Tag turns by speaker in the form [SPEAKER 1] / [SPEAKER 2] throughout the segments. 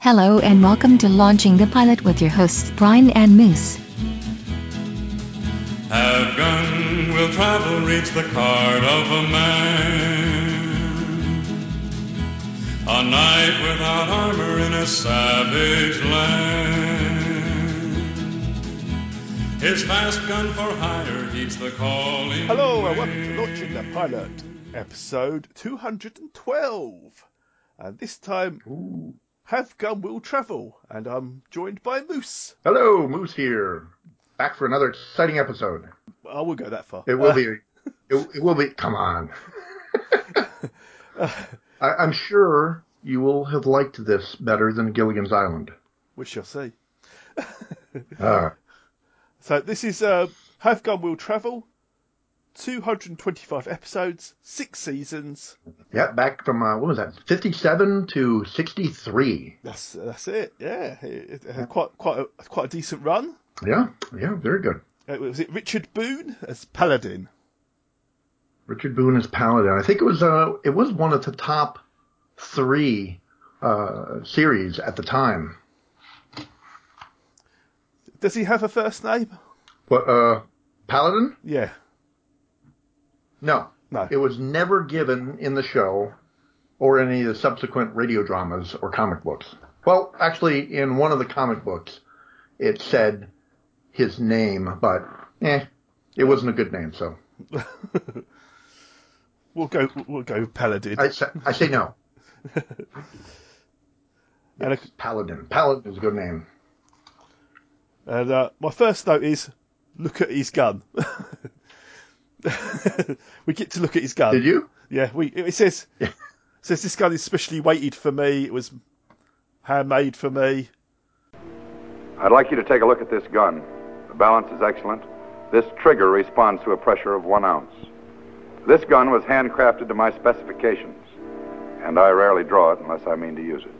[SPEAKER 1] Hello and welcome to Launching the Pilot with your hosts Brian and Moose.
[SPEAKER 2] Have gun will travel, reach the card of a man. A knight without armor in a savage land. His fast gun for hire heeds the calling.
[SPEAKER 3] Hello and welcome to Launching the Pilot, episode 212. And this time, Have Gun Will Travel, and I'm joined by Moose.
[SPEAKER 4] Hello, Moose here. Back for another exciting episode.
[SPEAKER 3] I will go that far.
[SPEAKER 4] It will
[SPEAKER 3] Uh,
[SPEAKER 4] be. It, it will be. Come on. I, I'm sure you will have liked this better than Gilligan's Island.
[SPEAKER 3] We shall see.
[SPEAKER 4] Uh,
[SPEAKER 3] So this is uh, Have Gun Will Travel, 225 episodes, 6 seasons.
[SPEAKER 4] yeah, back from uh, what was that? Fifty-seven to sixty-three.
[SPEAKER 3] That's that's it, yeah. It, it had quite, quite, a, quite a decent run.
[SPEAKER 4] Yeah, yeah, very good.
[SPEAKER 3] Uh, was it Richard Boone as Paladin?
[SPEAKER 4] Richard Boone is Paladin. I think it was. Uh, it was one of the top three uh, series at the time.
[SPEAKER 3] Does he have a first name?
[SPEAKER 4] But uh, Paladin?
[SPEAKER 3] Yeah.
[SPEAKER 4] No,
[SPEAKER 3] No.
[SPEAKER 4] It was never given in the show or any of the subsequent radio dramas or comic books. Well, actually, in one of the comic books, it said his name, but eh, it wasn't a good name, so
[SPEAKER 3] We'll go. We'll go with Paladin.
[SPEAKER 4] I, sa- I say no.
[SPEAKER 3] and of-
[SPEAKER 4] Paladin. Paladin is a good name.
[SPEAKER 3] and uh, my first note is, look at his gun. we get to look at his gun.
[SPEAKER 4] Did you?
[SPEAKER 3] Yeah. We. It says. it says this gun is specially weighted for me. It was handmade for me.
[SPEAKER 5] I'd like you to take a look at this gun. The balance is excellent. This trigger responds to a pressure of one ounce. This gun was handcrafted to my specifications, and I rarely draw it unless I mean to use it.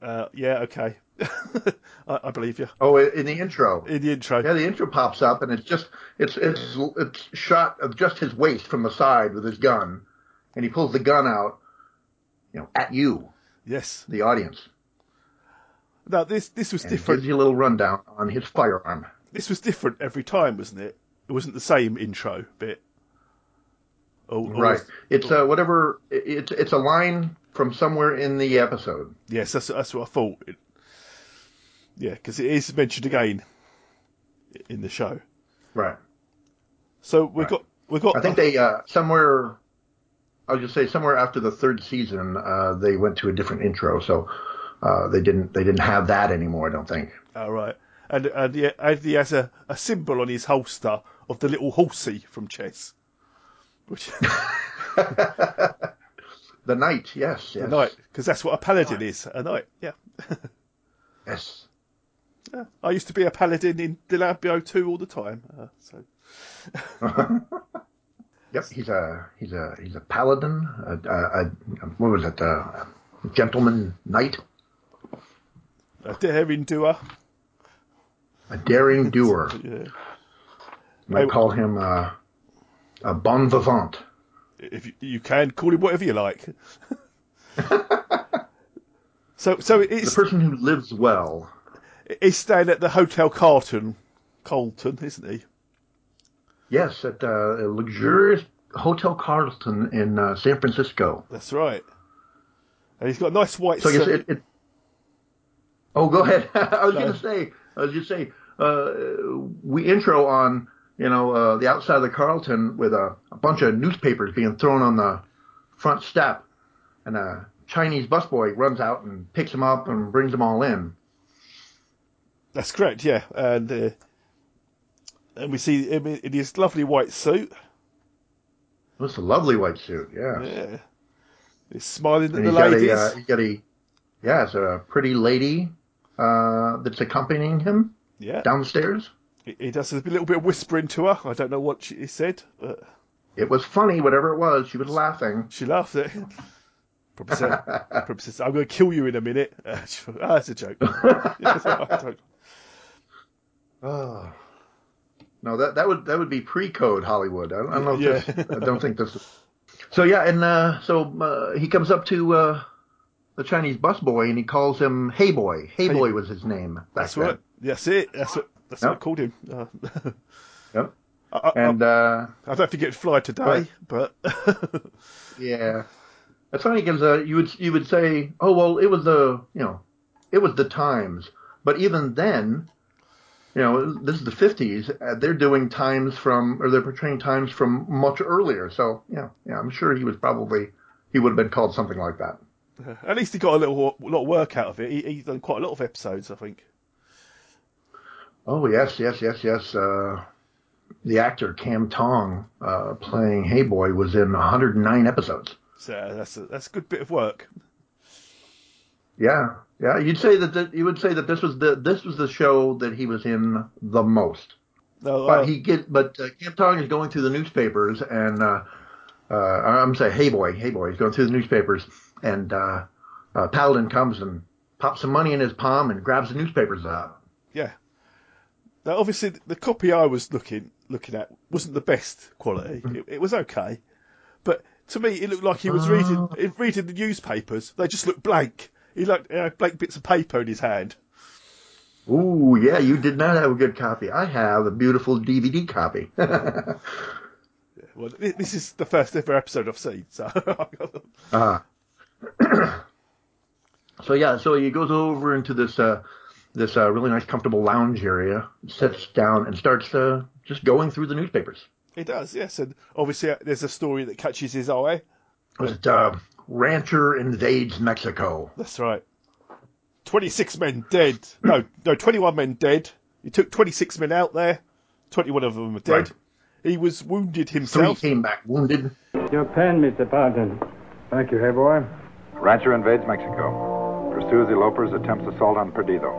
[SPEAKER 3] Uh, yeah. Okay. I, I believe you.
[SPEAKER 4] Oh, i- in the intro.
[SPEAKER 3] In the intro.
[SPEAKER 4] Yeah, the intro pops up, and it's just it's it's it's shot of just his waist from the side with his gun, and he pulls the gun out, you know, at you,
[SPEAKER 3] Yes.
[SPEAKER 4] the audience.
[SPEAKER 3] Now this this was
[SPEAKER 4] and
[SPEAKER 3] different.
[SPEAKER 4] gives you a little rundown on his firearm.
[SPEAKER 3] This was different every time, wasn't it? It wasn't the same intro bit. Oh,
[SPEAKER 4] Right. It's uh, whatever. it- It's it's a line from somewhere in the episode.
[SPEAKER 3] Yes, that's that's what I thought. It, yeah, because it is mentioned again in the show.
[SPEAKER 4] Right.
[SPEAKER 3] So we
[SPEAKER 4] Right.
[SPEAKER 3] got we got.
[SPEAKER 4] I think they uh, somewhere. I'll just say somewhere after the third season, uh, they went to a different intro, so uh, they didn't they didn't have that anymore. I don't think.
[SPEAKER 3] All Oh, right, and and he, and he has a, a symbol on his holster of the little horsey from Chess, which
[SPEAKER 4] The knight, yes, yes,
[SPEAKER 3] a knight because that's what a paladin is. A knight. Yeah,
[SPEAKER 4] yes.
[SPEAKER 3] I used to be a paladin in Delabio two all the time. Uh, so
[SPEAKER 4] Yep, he's a he's a he's a paladin. A, a, a, what was it? uh, A gentleman knight,
[SPEAKER 3] a daring doer.
[SPEAKER 4] a daring doer.
[SPEAKER 3] Yeah,
[SPEAKER 4] I call him uh, a bon vivant.
[SPEAKER 3] if you, you can call him whatever you like. so so
[SPEAKER 4] The
[SPEAKER 3] it's
[SPEAKER 4] person who lives well.
[SPEAKER 3] He's staying at the Hotel Carlton, Colton, isn't he?
[SPEAKER 4] Yes, at uh, a luxurious Hotel Carlton in uh, San Francisco.
[SPEAKER 3] That's right. And he's got a nice white
[SPEAKER 4] So I guess
[SPEAKER 3] suit.
[SPEAKER 4] it. it oh, go ahead. I was going to say. I was going to say. Uh, we intro on you know uh, the outside of the Carlton with a, a bunch of newspapers being thrown on the front step, and a Chinese busboy runs out and picks them up and brings them all in.
[SPEAKER 3] That's correct, yeah. And uh, and we see him in in his lovely white suit.
[SPEAKER 4] It was a lovely white suit. Yes.
[SPEAKER 3] Yeah. He's smiling at
[SPEAKER 4] And
[SPEAKER 3] the
[SPEAKER 4] he's got
[SPEAKER 3] ladies.
[SPEAKER 4] a, uh, he's got a, yeah, it's a pretty lady uh, that's accompanying him
[SPEAKER 3] yeah.
[SPEAKER 4] downstairs.
[SPEAKER 3] He- He does a little bit of whispering to her. I don't know what she he said, but
[SPEAKER 4] It was funny, whatever it was. She was laughing.
[SPEAKER 3] she laughed at it. Probably said, probably says, I'm going to kill you in a minute. ah, Ah. that's a joke. Yeah, it's all right, I don't-
[SPEAKER 4] Oh. No, that that would that would be pre-code Hollywood. I don't, I don't know. If
[SPEAKER 3] Yeah.
[SPEAKER 4] this, I don't think this. So yeah, and uh, so uh, he comes up to uh, the Chinese busboy and he calls him Hey Boy. Hey, Boy was his name back
[SPEAKER 3] That's
[SPEAKER 4] then.
[SPEAKER 3] right. That's it. That's what, that's what I
[SPEAKER 4] Yep.
[SPEAKER 3] called him. Uh,
[SPEAKER 4] Yep.
[SPEAKER 3] I, I,
[SPEAKER 4] And uh,
[SPEAKER 3] I, I'd have to get fly today,
[SPEAKER 4] Right.
[SPEAKER 3] but
[SPEAKER 4] yeah, that's funny because uh, you would you would say, oh well, it was the you know, it was the times. But even then, you know, this is the fifties. Uh, they're doing times from or they're portraying times from much earlier. So yeah, yeah, I'm sure he was probably he would have been called something like that.
[SPEAKER 3] at least he got a little lot of work out of it. He, he's done quite a lot of episodes, I think.
[SPEAKER 4] Oh yes, yes, yes, yes. Uh, the actor Cam Tong uh, playing Hey Boy was in 109 episodes.
[SPEAKER 3] So uh, that's a, that's a good bit of work.
[SPEAKER 4] Yeah, yeah. You'd say that th- you would say that this was the this was the show that he was in the most.
[SPEAKER 3] No,
[SPEAKER 4] But
[SPEAKER 3] uh,
[SPEAKER 4] he get but uh, Cam Tong is going through the newspapers and uh, uh, I'm saying Hey Boy, Hey Boy. He's going through the newspapers and uh, uh, Paladin comes and pops some money in his palm and grabs the newspapers out.
[SPEAKER 3] yeah. Now, obviously, th- the copy I was looking looking at wasn't the best quality.
[SPEAKER 4] Mm-hmm.
[SPEAKER 3] It, it was okay, but to me, it looked like he was reading
[SPEAKER 4] Oh.
[SPEAKER 3] reading reading the newspapers. They just looked blank. He like you know, blank bits of paper in his hand.
[SPEAKER 4] Ooh, yeah, you did not have a good copy. I have a beautiful DVD copy.
[SPEAKER 3] Well, thi- this is the first ever episode I've seen, so
[SPEAKER 4] So yeah, so he goes over into this uh, this uh, really nice, comfortable lounge area, sits down, and starts uh, just going through the newspapers.
[SPEAKER 3] it does. Yes, and obviously uh, there's a story that catches his eye.
[SPEAKER 4] Was it uh, rancher invades Mexico?
[SPEAKER 3] That's right. Twenty-six men dead. No, no, twenty-one men dead. He took twenty-six men out there. Twenty-one of them are dead.
[SPEAKER 4] Right.
[SPEAKER 3] He was wounded
[SPEAKER 4] Three
[SPEAKER 3] himself.
[SPEAKER 4] came back wounded.
[SPEAKER 6] Your pen, Mr. Parton. Thank you, hey boy.
[SPEAKER 5] Rancher invades Mexico. Pursues elopers, attempts assault on Perdido.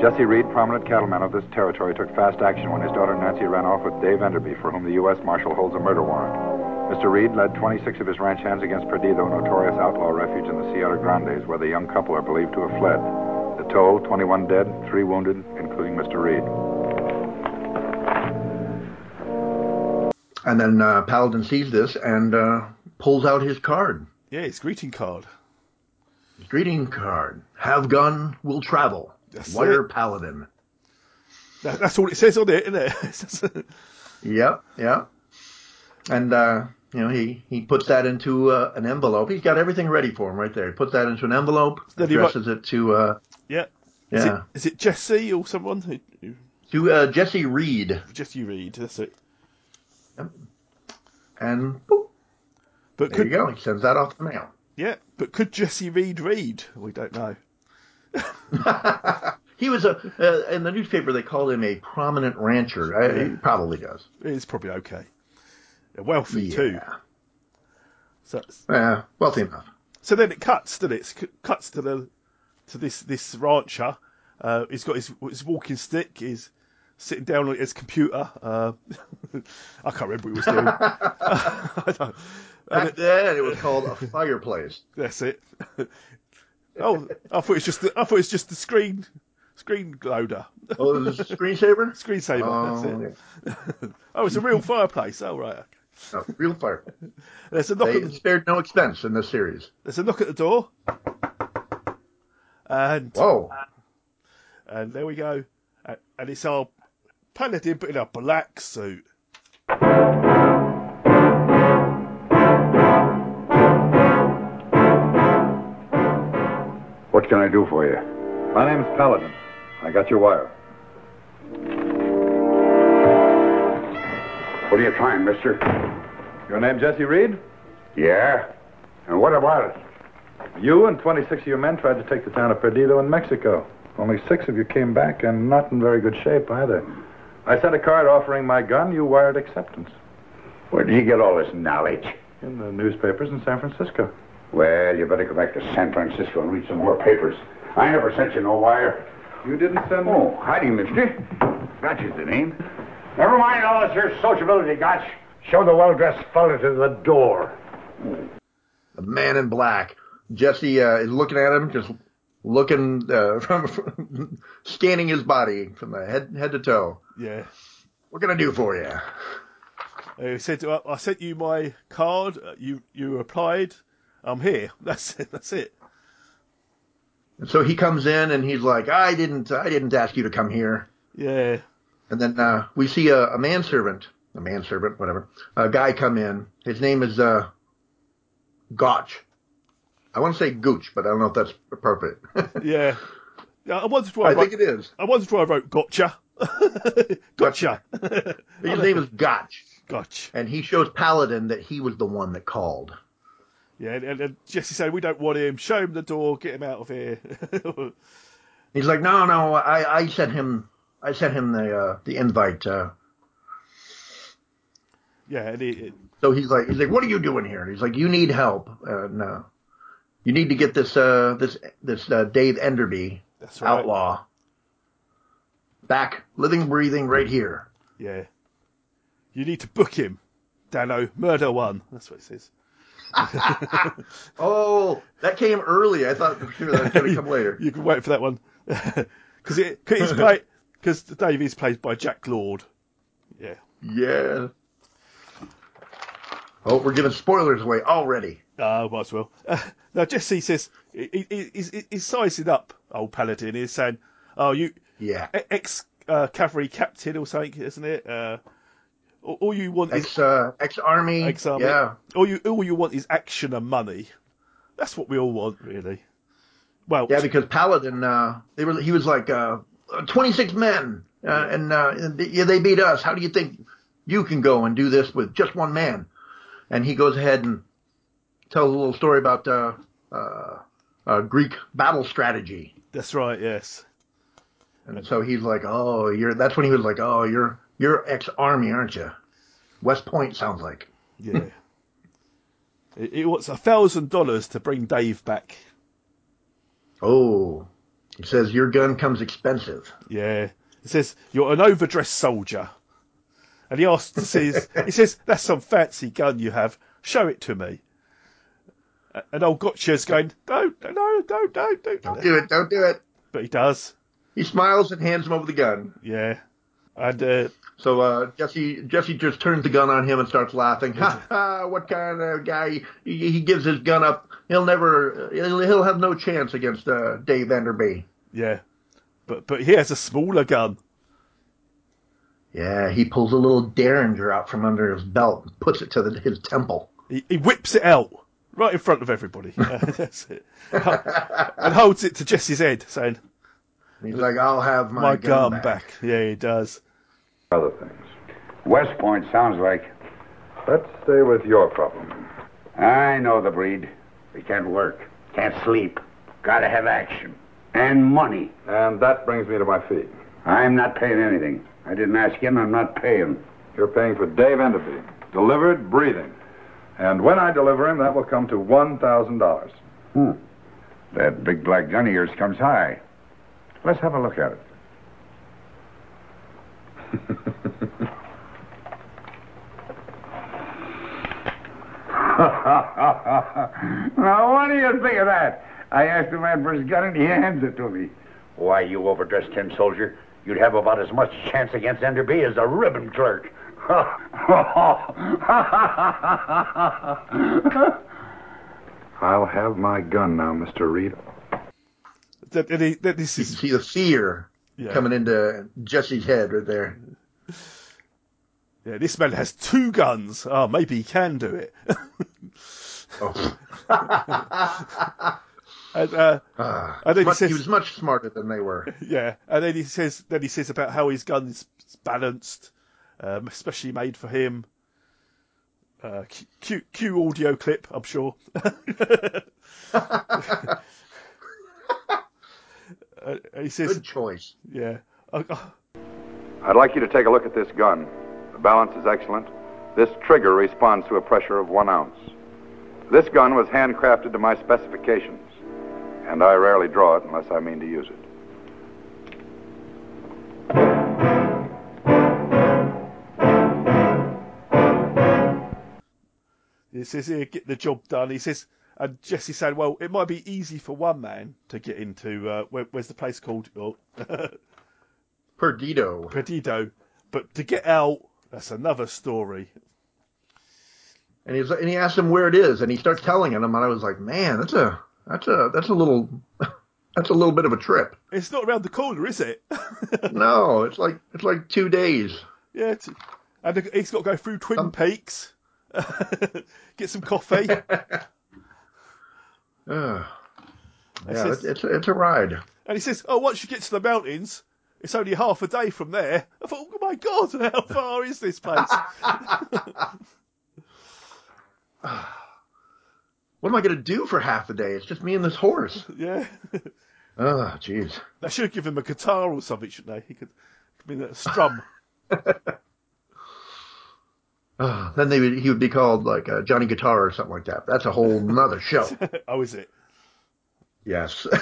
[SPEAKER 5] Jesse Reed, prominent cattleman of this territory, took fast action when his daughter Nancy ran off with Dave Enderby, for whom the U.S. Marshal holds a murder warrant. Mr. Reed led 26 of his ranch hands against Perdido, a notorious outlaw refuge in the Sierra Grandes, where the young couple are believed to have fled. The toll 21 dead, 3 wounded, including Mr. Reed.
[SPEAKER 4] And then uh, Paladin sees this and uh, pulls out his card,
[SPEAKER 3] Yeah, his greeting card.
[SPEAKER 4] his greeting card. Have gun, will travel.
[SPEAKER 3] That's
[SPEAKER 4] Wire
[SPEAKER 3] it.
[SPEAKER 4] Paladin.
[SPEAKER 3] That, that's all it says on it, uh, isn't it?
[SPEAKER 4] Yep, yep. And uh, you know he he puts that into uh, an envelope. He's got everything ready for him right there. He puts that into an envelope,
[SPEAKER 3] Then he wri-
[SPEAKER 4] addresses it to uh,
[SPEAKER 3] yeah. Is it,
[SPEAKER 4] yeah
[SPEAKER 3] is it Jesse or someone? Who, who,
[SPEAKER 4] to uh, Jesse Reed,
[SPEAKER 3] Jesse Reed. That's it.
[SPEAKER 4] and boop,
[SPEAKER 3] But
[SPEAKER 4] there
[SPEAKER 3] could
[SPEAKER 4] you go. He sends that off the mail.
[SPEAKER 3] yeah, but could Jesse Reed read? We don't know.
[SPEAKER 4] He was a uh, in the newspaper. They called him a prominent rancher. I, He probably does.
[SPEAKER 3] It's probably okay. They're wealthy
[SPEAKER 4] Yeah.
[SPEAKER 3] too. So,
[SPEAKER 4] Yeah, wealthy enough.
[SPEAKER 3] so then it cuts, doesn't it? It cuts to the to this this rancher. Uh, he's got his his walking stick. He's sitting down on his computer. Uh, I can't remember what he was doing. I don't-
[SPEAKER 4] Back then, it was called a fireplace.
[SPEAKER 3] That's it. oh, I thought it's just the, I thought it's just the screen screen loader,
[SPEAKER 4] Oh, it was a screensaver.
[SPEAKER 3] screensaver.
[SPEAKER 4] Oh,
[SPEAKER 3] that's it. Oh, it's a real fireplace. Oh right. okay.
[SPEAKER 4] yeah. No, real fireplace.
[SPEAKER 3] There's a knock.
[SPEAKER 4] They
[SPEAKER 3] at the,
[SPEAKER 4] spared no expense in this series.
[SPEAKER 3] there's a knock at the door. And
[SPEAKER 4] Whoa.
[SPEAKER 3] and there we go. And, and it's our paladin, but in a black suit.
[SPEAKER 5] What can I do for you? My name's Paladin. I got your wire. What are you trying, mister? Your name Jesse Reed? Yeah. And what about it? You and 26 of your men tried to take the town of Perdido in Mexico. Only six of you came back, and not in very good shape either. I sent a card offering my gun. You wired acceptance.
[SPEAKER 7] Where did you get all this knowledge?
[SPEAKER 5] In the newspapers in San Francisco.
[SPEAKER 7] Well, you better go back to San Francisco and read some more papers. I never sent you no wire.
[SPEAKER 5] You didn't send me.
[SPEAKER 7] Oh, howdy, mister. Gotcha's the name. Never mind all this here sociability, Gotch. Show the well-dressed fella to the door.
[SPEAKER 4] the man in black. Jesse uh, is looking at him, just looking uh, from, from scanning his body from the head head to toe.
[SPEAKER 3] Yeah.
[SPEAKER 4] What can I do for you?
[SPEAKER 3] Uh, He said, "I I sent you my card. uh, You you replied. I'm here. That's it. That's it.
[SPEAKER 4] And so he comes in and he's like, I didn't, I didn't ask you to come here.
[SPEAKER 3] Yeah,
[SPEAKER 4] And then uh, we see a, a manservant, a manservant, whatever, a guy come in. His name is uh, Gotch. I want to say Gooch, but I don't know if that's appropriate.
[SPEAKER 3] yeah. yeah I wanted to.
[SPEAKER 4] I
[SPEAKER 3] write-
[SPEAKER 4] think it is.
[SPEAKER 3] I wanted to. I wrote gotcha. gotcha.
[SPEAKER 4] His name is Gotch,
[SPEAKER 3] gotcha.
[SPEAKER 4] and he shows Paladin that he was the one that called.
[SPEAKER 3] Yeah, and, and, and Jesse said, "We don't want him. Show him the door. Get him out of here."
[SPEAKER 4] He's like, no, no, I, I sent him, I sent him the uh, the invite. Uh,
[SPEAKER 3] yeah, and he,
[SPEAKER 4] so he's like, he's like, what are you doing here? And he's like, you need help, and uh, you need to get this uh, this this uh, Dave Enderby
[SPEAKER 3] that's right.
[SPEAKER 4] outlaw back, living, breathing, right here.
[SPEAKER 3] Yeah, you need to book him, Dano. Murder one. That's what it says.
[SPEAKER 4] Oh, that came early. I thought for sure that was going to come later.
[SPEAKER 3] You can wait for that one because it cause it's played because Dave is played by Jack Lord. Yeah.
[SPEAKER 4] Yeah. Oh, we're giving spoilers away already.
[SPEAKER 3] Uh, might as well. Uh, now Jesse says he, he, he's, he's sizing up old Paladin. He's saying, "Oh, you
[SPEAKER 4] Yeah.
[SPEAKER 3] ex uh, cavalry captain or something, isn't it? Uh, all all you want is
[SPEAKER 4] Ex uh, ex army.
[SPEAKER 3] Ex-army.
[SPEAKER 4] Yeah.
[SPEAKER 3] all you all you want is action and money. That's what we all want, really. Well,
[SPEAKER 4] Yeah, because Paladin, uh, they were he was like uh, 26 men, uh, and uh, and they- yeah, they beat us. How do you think you can go and do this with just one man? And he goes ahead and tells a little story about uh, uh, uh, Greek battle strategy.
[SPEAKER 3] that's right. Yes,
[SPEAKER 4] And so he's like, "Oh, you're." That's when he was like, "Oh, you're you're ex army, aren't you?" West Point sounds like.
[SPEAKER 3] yeah. it, it wants a thousand dollars to bring Dave back.
[SPEAKER 4] Oh, he says your gun comes expensive.
[SPEAKER 3] Yeah. It says, You're an overdressed soldier. And he asks, he says, he says That's some fancy gun you have. Show it to me. A- And old Gotcha's going, Don't, no, no, don't, don't, don't.
[SPEAKER 4] Don't
[SPEAKER 3] don't."
[SPEAKER 4] do it. Don't do it.
[SPEAKER 3] But he does.
[SPEAKER 4] He smiles and hands him over the gun.
[SPEAKER 3] Yeah. And uh,
[SPEAKER 4] So uh, Jesse Jesse just turns the gun on him and starts laughing. Ha ha! What kind of guy? He, he gives his gun up. He'll never. He'll, he'll have no chance against uh, Dave Enderby.
[SPEAKER 3] yeah. But but he has a smaller gun.
[SPEAKER 4] Yeah, he pulls a little derringer out from under his belt and puts it to the, his temple.
[SPEAKER 3] He, he whips it out right in front of everybody. That's it. And holds it to Jesse's head, saying,
[SPEAKER 4] And he's like, "I'll have my,
[SPEAKER 3] My, gun,
[SPEAKER 4] back."
[SPEAKER 3] back. Yeah, he does.
[SPEAKER 5] Other things. West Point sounds like. Let's stay with your problem.
[SPEAKER 7] I know the breed. We can't work, can't sleep, gotta have action and money.
[SPEAKER 5] And that brings me to my feet.
[SPEAKER 7] I'm not paying anything. I didn't ask you, and I'm not paying.
[SPEAKER 5] You're paying for Dave Enderby, delivered, breathing. And when I deliver him, that will come to $1,000.
[SPEAKER 7] Hmm. That big black gun of yours comes high. Let's have a look at it. now, what do you think of that? I asked the man for his gun, and he hands it to me. Why, you overdressed tin soldier, you'd have about as much chance against Enderby as a ribbon clerk.
[SPEAKER 5] I'll have my gun now, Mr. Reed.
[SPEAKER 3] That, that he, that this
[SPEAKER 4] You can
[SPEAKER 3] is
[SPEAKER 4] see the fear
[SPEAKER 3] yeah.
[SPEAKER 4] coming into Jesse's head right there.
[SPEAKER 3] Yeah, this man has two guns. Oh, maybe he can do it.
[SPEAKER 4] Oh.
[SPEAKER 3] and, uh,
[SPEAKER 4] Ah.
[SPEAKER 3] and then he
[SPEAKER 4] Much-
[SPEAKER 3] says,
[SPEAKER 4] he was much smarter than they were.
[SPEAKER 3] yeah, and then he says, then he says about how his gun's balanced, um, especially made for him. Uh, cu- cute, cute audio clip, I'm sure. Uh, he says,
[SPEAKER 4] Good choice.
[SPEAKER 3] yeah, I, I-
[SPEAKER 5] I'd like you to take a look at this gun. The balance is excellent. This trigger responds to a pressure of one ounce. This gun was handcrafted to my specifications, and I rarely draw it unless I mean to use it.
[SPEAKER 3] He says, here, get the job done. He says, and Jesse said, well, it might be easy for one man to get into, uh, where, where's the place called? Oh,
[SPEAKER 4] Perdido.
[SPEAKER 3] Perdido. But to get out, that's another story.
[SPEAKER 4] And he's and he asked him where it is, and he starts telling him, and I was like, man, that's a that's a that's a little that's a little bit of a trip.
[SPEAKER 3] It's not around the corner, is it?
[SPEAKER 4] no, it's like it's like two days.
[SPEAKER 3] yeah, it's, and he's got to go through Twin Peaks, get some coffee.
[SPEAKER 4] Ugh.
[SPEAKER 3] It's
[SPEAKER 4] yeah,
[SPEAKER 3] just-
[SPEAKER 4] it's, it's it's a ride.
[SPEAKER 3] And he says, "Oh, once you get to the mountains, it's only half a day from there." I thought, "Oh my god, how far is this place?"
[SPEAKER 4] What am I gonna do for half a day? It's just me and this horse.
[SPEAKER 3] yeah,
[SPEAKER 4] Oh, jeez.
[SPEAKER 3] they should give him a guitar or something, shouldn't they? He could, I mean, a strum.
[SPEAKER 4] Ugh. Ah, then they would, he would be called like uh, Johnny Guitar or something like that. That's a whole nother show.
[SPEAKER 3] oh, is it?
[SPEAKER 4] yes.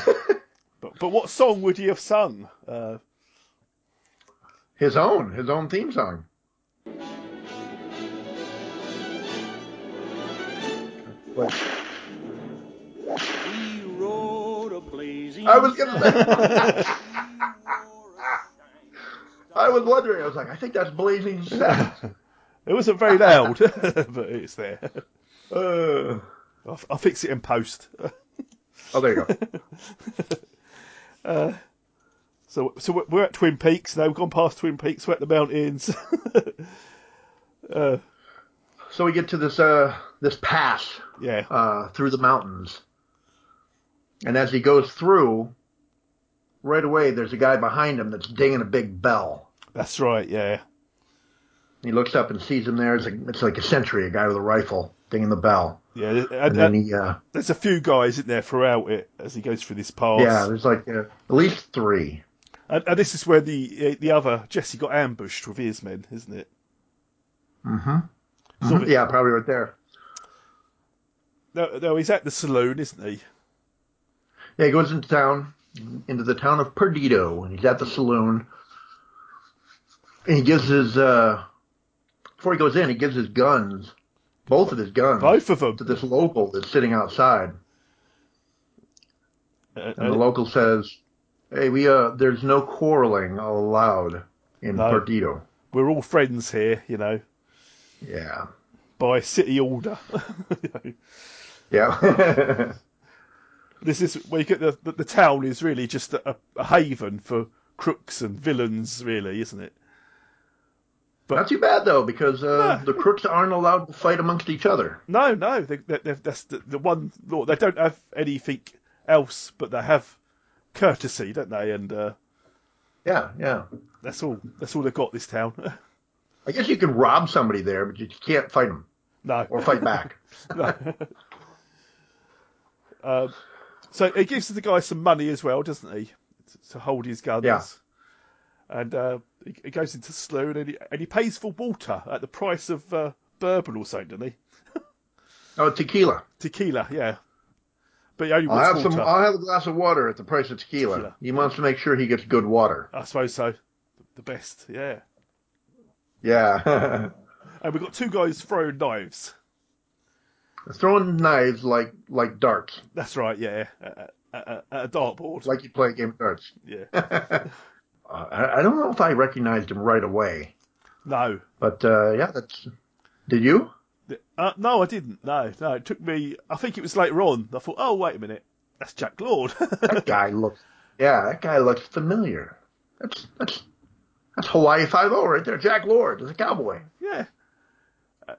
[SPEAKER 3] But but what song would he have sung? Uh,
[SPEAKER 4] his own, his own theme song.
[SPEAKER 8] We rode a blazing.
[SPEAKER 4] I was gonna say. I was wondering. I was like, I think that's Blazing Saddles.
[SPEAKER 3] it wasn't very loud, but it's there.
[SPEAKER 4] Uh,
[SPEAKER 3] I'll, I'll fix it in post.
[SPEAKER 4] oh, there you go.
[SPEAKER 3] So, so we're- we're at Twin Peaks now. We've gone past Twin Peaks. We're at the mountains.
[SPEAKER 4] so we get to this uh this pass
[SPEAKER 3] yeah,
[SPEAKER 4] uh through the mountains, and as he goes through, right away there's a guy behind him that's dinging a big bell.
[SPEAKER 3] that's right. Yeah,
[SPEAKER 4] He looks up and sees him there. It's like, it's like a sentry, a guy with a rifle dinging the bell,
[SPEAKER 3] yeah. And,
[SPEAKER 4] and
[SPEAKER 3] and
[SPEAKER 4] then he uh
[SPEAKER 3] there's a few guys in there throughout it as he goes through this pass.
[SPEAKER 4] yeah, there's like uh, at least three.
[SPEAKER 3] And, and this is where the the other Jesse got ambushed with his men, isn't it? Mm-hmm.
[SPEAKER 4] Yeah, probably right there.
[SPEAKER 3] No, no, he's at the saloon, isn't he?
[SPEAKER 4] Yeah, he goes into town, into the town of Perdido, and he's at the saloon. And he gives his uh before he goes in, he gives his guns, both of his guns,
[SPEAKER 3] Both of them.
[SPEAKER 4] to this local that's sitting outside.
[SPEAKER 3] Uh,
[SPEAKER 4] And
[SPEAKER 3] uh,
[SPEAKER 4] the local says, "Hey, we uh, there's no quarreling allowed in
[SPEAKER 3] No.
[SPEAKER 4] Perdido."
[SPEAKER 3] we're all friends here, you know,
[SPEAKER 4] Yeah,
[SPEAKER 3] by city order.
[SPEAKER 4] yeah.
[SPEAKER 3] this is where you get the, the, the town is really just a, a haven for crooks and villains, really, isn't it?
[SPEAKER 4] Not too bad though, because uh,
[SPEAKER 3] No.
[SPEAKER 4] the crooks aren't allowed to fight amongst each other.
[SPEAKER 3] No, no, they, they, they, that's the, the one law. They don't have anything else, but they have courtesy, don't they? And uh,
[SPEAKER 4] Yeah, yeah.
[SPEAKER 3] that's all. That's all they've got. This town.
[SPEAKER 4] I guess you could rob somebody there, but you can't fight them
[SPEAKER 3] no,
[SPEAKER 4] or fight back.
[SPEAKER 3] Um, So he gives the guy some money as well, doesn't he? To- To hold his guns.
[SPEAKER 4] Yeah.
[SPEAKER 3] And uh, he, he goes into saloon and he, and he pays for water at the price of uh, bourbon or something, doesn't he?
[SPEAKER 4] oh, tequila.
[SPEAKER 3] Tequila, yeah. But he only
[SPEAKER 4] I'll
[SPEAKER 3] wants
[SPEAKER 4] have
[SPEAKER 3] water.
[SPEAKER 4] some. I'll have a glass of water at the price of tequila.
[SPEAKER 3] Tequila.
[SPEAKER 4] He wants to make sure he gets good water.
[SPEAKER 3] I suppose so. The best, yeah.
[SPEAKER 4] Yeah,
[SPEAKER 3] And we've got two guys throwing knives.
[SPEAKER 4] throwing knives like like darts,
[SPEAKER 3] That's right, yeah. At, at, at a dartboard.
[SPEAKER 4] like you play a game of darts.
[SPEAKER 3] Yeah.
[SPEAKER 4] Uh, I, I don't know if I recognized him right away,
[SPEAKER 3] no.
[SPEAKER 4] but uh, yeah, that's. Did you?
[SPEAKER 3] Uh, no, I didn't. No, no. It took me, I think it was later on. I thought, oh, wait a minute. That's Jack Lord.
[SPEAKER 4] That guy looks. Yeah, that guy looks familiar. That's that's that's Hawaii Five O right there. Jack Lord is a cowboy.
[SPEAKER 3] yeah. Uh,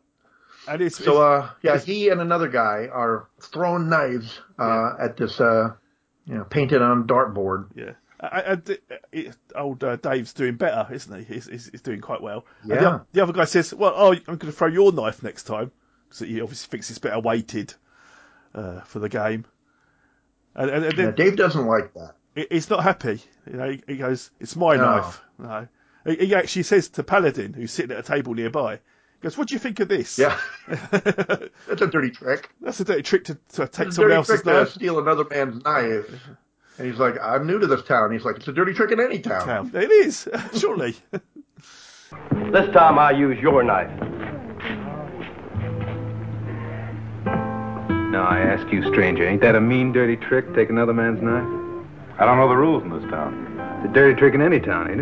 [SPEAKER 3] And it's,
[SPEAKER 4] So uh, yeah, he and another guy are throwing knives uh, at this uh, you know painted on dartboard.
[SPEAKER 3] Yeah. I, I, I- it, old uh, Dave's doing better, isn't he? He's, he's, he's doing quite well. And the,
[SPEAKER 4] Yeah.
[SPEAKER 3] oth- the other guy says, "Well, oh, I'm going to throw your knife next time," because he obviously thinks it's better weighted uh, for the game. And, and, and
[SPEAKER 4] Yeah,
[SPEAKER 3] then
[SPEAKER 4] Dave doesn't like that.
[SPEAKER 3] he- he's not happy. You know, he, he goes, "It's my
[SPEAKER 4] No.
[SPEAKER 3] knife." No. He, he actually says to Paladin, who's sitting at a table nearby, he "Goes, what do you think of this?"
[SPEAKER 4] Yeah, that's a dirty trick.
[SPEAKER 3] That's a dirty trick to, to take someone
[SPEAKER 4] It's a dirty
[SPEAKER 3] else's
[SPEAKER 4] trick to
[SPEAKER 3] knife.
[SPEAKER 4] steal another man's knife. And he's like, I'm new to this town. He's like, it's a dirty trick in any town.
[SPEAKER 3] Now, It is surely.
[SPEAKER 9] This time I use your knife. Now I ask you, stranger, ain't that a mean, dirty trick? Take another man's knife? I don't know the rules in this town. It's a dirty trick in any town, ain't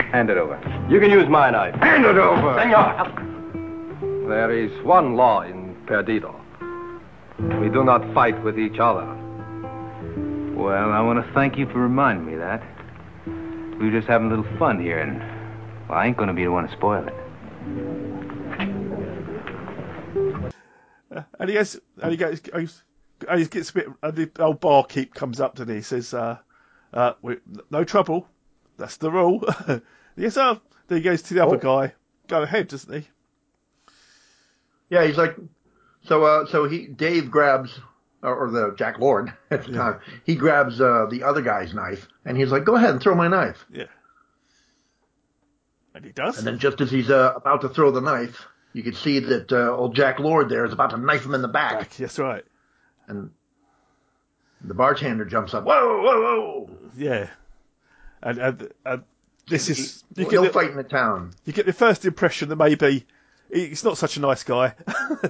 [SPEAKER 9] it? Hand it over.
[SPEAKER 10] You can use my knife.
[SPEAKER 9] Hand it over.
[SPEAKER 10] Senor!
[SPEAKER 9] There is one law in Perdido. We do not fight with each other.
[SPEAKER 11] Well, I want to thank you for reminding me of that. We were just having a little fun here, and well, I ain't going to be the one to spoil it.
[SPEAKER 3] And he has, and he goes, goes and he gets a bit. And the old barkeep comes up to me. He says, uh, uh, we, "No trouble. That's the rule." yes, sir. Then he goes to
[SPEAKER 4] Oh.
[SPEAKER 3] the other guy. Go ahead, doesn't he?
[SPEAKER 4] Yeah, he's like, so uh, so he Dave grabs or, or the Jack Lord at the time. He grabs uh, the other guy's knife and he's like, go ahead and throw my knife.
[SPEAKER 3] Yeah. And he does.
[SPEAKER 4] And then just as he's uh, about to throw the knife, you can see that uh, old Jack Lord there is about to knife him in the back.
[SPEAKER 3] That's right.
[SPEAKER 4] And the bartender jumps up. Whoa, whoa, whoa!
[SPEAKER 3] Yeah. And and, and this is you
[SPEAKER 4] no
[SPEAKER 3] get the,
[SPEAKER 4] fight in the town.
[SPEAKER 3] you get the first impression that maybe he's not such a nice guy.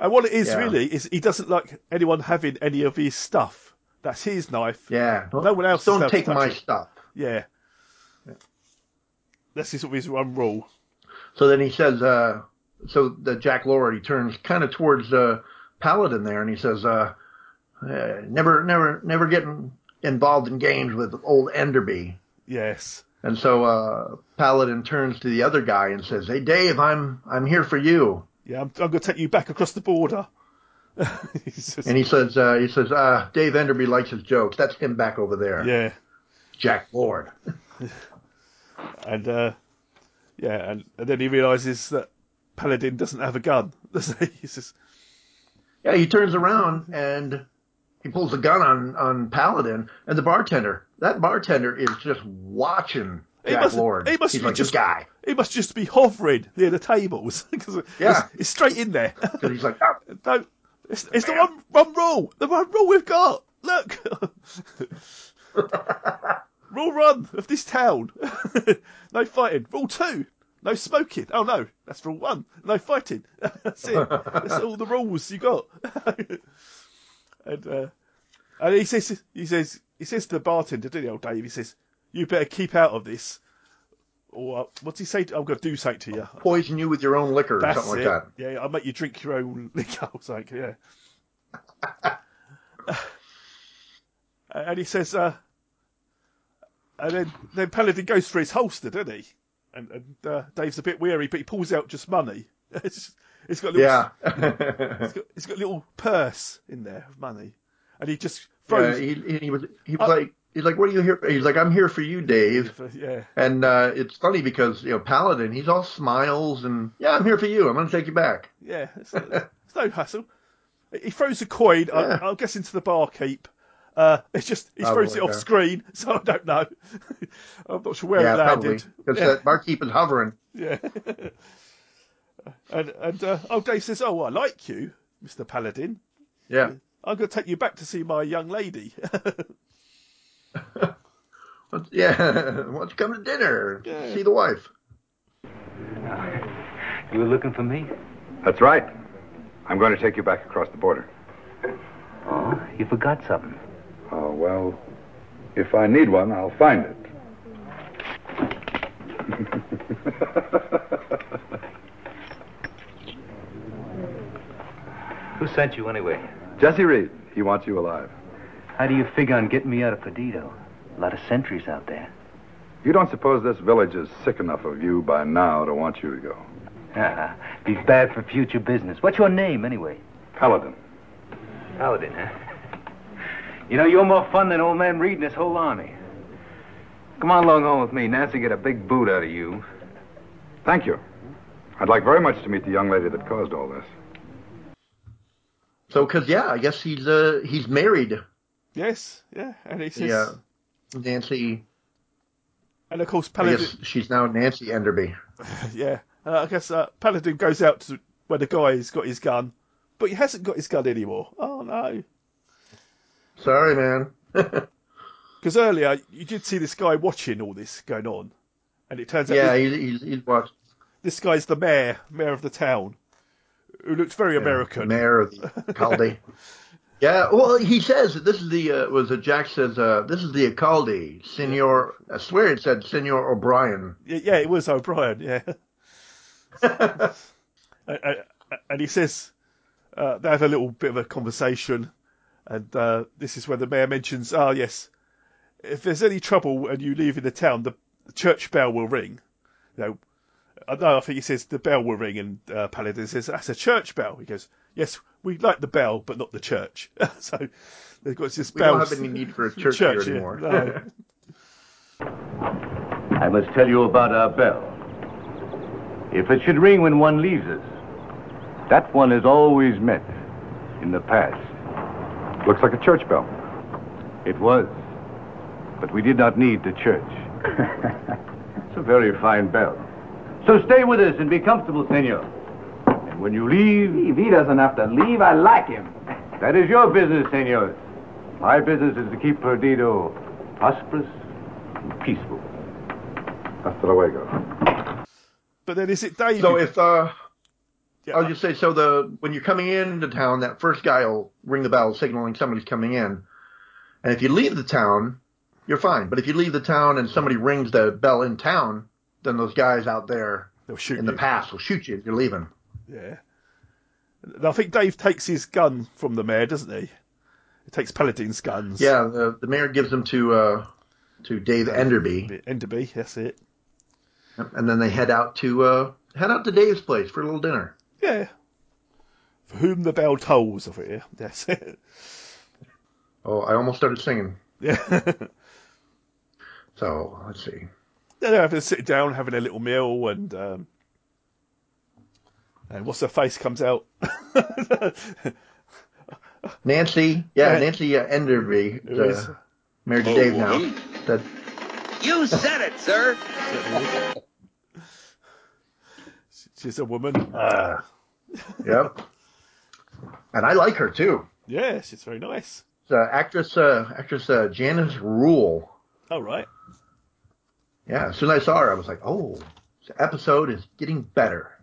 [SPEAKER 3] and what it is
[SPEAKER 4] Yeah.
[SPEAKER 3] really is he doesn't like anyone having any of his stuff. That's his knife.
[SPEAKER 4] Yeah.
[SPEAKER 3] No one else is allowed
[SPEAKER 4] Don't
[SPEAKER 3] to
[SPEAKER 4] take
[SPEAKER 3] touch
[SPEAKER 4] my
[SPEAKER 3] it.
[SPEAKER 4] stuff.
[SPEAKER 3] Yeah. That's his, his one rule.
[SPEAKER 4] So then he says, uh, so the Jack Lord, he turns kind of towards uh, Paladin there, and he says, uh, uh, never, never, never getting involved in games with old Enderby.
[SPEAKER 3] Yes.
[SPEAKER 4] And so uh, Paladin turns to the other guy and says, "Hey, Dave, I'm I'm here for you."
[SPEAKER 3] Yeah, I'm, I'm going to take you back across the border. He's just-
[SPEAKER 4] And he says, uh, "He says, uh, Dave Enderby likes his jokes. That's him back over there,
[SPEAKER 3] yeah.
[SPEAKER 4] Jack Lord."
[SPEAKER 3] And, uh, yeah, and, and then he realises that Paladin doesn't have a gun. does he? He's just,
[SPEAKER 4] Yeah, he turns around and he pulls a gun on on Paladin and the bartender. That bartender is just watching
[SPEAKER 3] He
[SPEAKER 4] Jack
[SPEAKER 3] must-
[SPEAKER 4] Lord.
[SPEAKER 3] he must
[SPEAKER 4] He's
[SPEAKER 3] be
[SPEAKER 4] like
[SPEAKER 3] just-
[SPEAKER 4] this guy.
[SPEAKER 3] he must just be hovering near the tables. 'cause it's-
[SPEAKER 4] Yeah.
[SPEAKER 3] It's, straight in there.
[SPEAKER 4] 'Cause he's like, "Ah."
[SPEAKER 3] no, it's, it's the one, one rule. The one rule we've got. Look. rule one of this town. no fighting. Rule two. No smoking. Oh no, that's rule one. No fighting. That's it. That's all the rules you got. and uh, and he says he says he says to the bartender, didn't he, old Dave? He says, "You better keep out of this." Or uh, what's he say? I'm going to do something to you.
[SPEAKER 4] poison you with your own liquor or
[SPEAKER 3] That's
[SPEAKER 4] something
[SPEAKER 3] it.
[SPEAKER 4] like
[SPEAKER 3] Yeah, I'll make you drink your own liquor. I was like, yeah. and he says, uh, and then, then Paladin goes for his holster, doesn't he? And, and uh, Dave's a bit weary, but he pulls out just money. it's, it's got a
[SPEAKER 4] that.
[SPEAKER 3] little,
[SPEAKER 4] Yeah.
[SPEAKER 3] it's got, it's got a little purse in there of money, and he just
[SPEAKER 4] Yeah,
[SPEAKER 3] throws.
[SPEAKER 4] he, he- he was he was
[SPEAKER 3] Uh,
[SPEAKER 4] like he's like, "What are you here?" for?" He's like, "I'm here for you, Dave."
[SPEAKER 3] yeah,
[SPEAKER 4] And uh, it's funny because you know Paladin, he's all smiles and yeah, I'm here for you. I'm gonna take you back.
[SPEAKER 3] yeah. It's, uh, it's no hassle. He throws a coin.
[SPEAKER 4] Yeah.
[SPEAKER 3] I, I'm guessing to the barkeep. Uh, it's just he throws it
[SPEAKER 4] Probably,
[SPEAKER 3] off
[SPEAKER 4] yeah.
[SPEAKER 3] screen, so I don't know. I'm not sure where
[SPEAKER 4] yeah,
[SPEAKER 3] it landed.
[SPEAKER 4] because
[SPEAKER 3] Yeah.
[SPEAKER 4] that barkeep is hovering.
[SPEAKER 3] Yeah. and and uh, oh, Dave says, "Oh, I like you, Mister Paladin.
[SPEAKER 4] Yeah.
[SPEAKER 3] I'm going to take you back to see my young lady."
[SPEAKER 4] But, yeah. Why don't you come to dinner?
[SPEAKER 3] Yeah.
[SPEAKER 4] See the wife.
[SPEAKER 11] You were looking for me?
[SPEAKER 5] That's right. I'm going to take you back across the border.
[SPEAKER 11] Oh, you forgot something.
[SPEAKER 5] Oh, well, if I need one, I'll find it.
[SPEAKER 11] Who sent you anyway?
[SPEAKER 5] Jesse Reed, he wants you alive.
[SPEAKER 11] How do you figure on getting me out of Perdido? A lot of sentries out there.
[SPEAKER 5] You don't suppose this village is sick enough of you by now to want you to go?
[SPEAKER 11] Ah, be bad for future business. What's your name, anyway?
[SPEAKER 5] Paladin.
[SPEAKER 11] Paladin, huh? You know, you're more fun than old man Reed and his whole army. Come on along home with me. Nancy get a big boot out of you.
[SPEAKER 5] Thank you. I'd like very much to meet the young lady that caused all this.
[SPEAKER 4] So, cause yeah, I guess he's uh he's married.
[SPEAKER 3] yes, yeah, and he says,
[SPEAKER 4] Yeah. Nancy.
[SPEAKER 3] and of course
[SPEAKER 4] I
[SPEAKER 3] Paladin,
[SPEAKER 4] guess she's now Nancy Enderby.
[SPEAKER 3] yeah, uh, I guess uh, Paladin goes out to where the guy's got his gun, but he hasn't got his gun anymore. Oh no,
[SPEAKER 4] Sorry, man.
[SPEAKER 3] because earlier you did see this guy watching all this going on, and it turns out
[SPEAKER 4] yeah,
[SPEAKER 3] this,
[SPEAKER 4] he's he's, he's watched
[SPEAKER 3] this guy's the mayor, mayor of the town, who looks very American.
[SPEAKER 4] mayor of the Calde. Yeah, well, he says that this is the uh, was it Jack says uh, this is the Acaldi, Senor. I swear it said Senor O'Brien.
[SPEAKER 3] Yeah, yeah, it was O'Brien. Yeah. and, and- and he says uh, they have a little bit of a conversation, and uh, this is where the mayor mentions, "Ah, yes, if there's any trouble and you leave in the town, the the church bell will ring." You know, I know. I think he says the bell will ring, and uh, Paladin says that's a church bell. He goes, "Yes, we like the bell, but not the church." so they've got this
[SPEAKER 4] We
[SPEAKER 3] bell.
[SPEAKER 4] don't have any need for a church here
[SPEAKER 3] yeah,
[SPEAKER 4] anymore.
[SPEAKER 3] no.
[SPEAKER 7] I must tell you about our bell. If it should ring when one leaves us, that one is always met in the past. Looks like a church bell. It was. But we did not need the church. it's a very fine bell. So stay with us and be comfortable, senor. And when you leave. Leave? He doesn't have to leave. I like him. That is your business, senor. My business is to keep Perdido prosperous and peaceful. Hasta luego.
[SPEAKER 3] But then is it David?
[SPEAKER 4] So if uh,
[SPEAKER 3] Yeah.
[SPEAKER 4] I'll just say so the when you're coming into town, that first guy will ring the bell signaling somebody's coming in, and if you leave the town, you're fine. But if you leave the town and somebody rings the bell in town, then those guys out there
[SPEAKER 3] They'll shoot
[SPEAKER 4] in the
[SPEAKER 3] you.
[SPEAKER 4] past will shoot you if you're leaving.
[SPEAKER 3] Yeah. And I think Dave takes his gun from the mayor, doesn't he? He takes Paladin's guns.
[SPEAKER 4] Yeah, the, the mayor gives them to uh, to Dave Enderby,
[SPEAKER 3] Enderby, that's it.
[SPEAKER 4] and then they head out to uh, head out to Dave's place for a little dinner.
[SPEAKER 3] Yeah. For whom the bell tolls, I think. Yeah, that's it.
[SPEAKER 4] Oh, I almost started singing.
[SPEAKER 3] Yeah.
[SPEAKER 4] So let's see.
[SPEAKER 3] They're having a sit down, having a little meal, and um, and what's her face comes out.
[SPEAKER 4] Nancy, yeah,
[SPEAKER 3] Yeah.
[SPEAKER 4] Nancy uh, Enderby,
[SPEAKER 3] Who is-
[SPEAKER 4] uh, married to
[SPEAKER 10] Oh,
[SPEAKER 4] Dave now.
[SPEAKER 10] woman.
[SPEAKER 4] That
[SPEAKER 10] You said it, sir.
[SPEAKER 3] She's a woman. Uh,
[SPEAKER 4] Yep. And I like her too.
[SPEAKER 3] yeah, she's very nice.
[SPEAKER 4] It's, uh, actress, uh, actress uh, Janice Rule.
[SPEAKER 3] All right.
[SPEAKER 4] Yeah. As soon as I saw her, I was like, oh, this episode is getting better.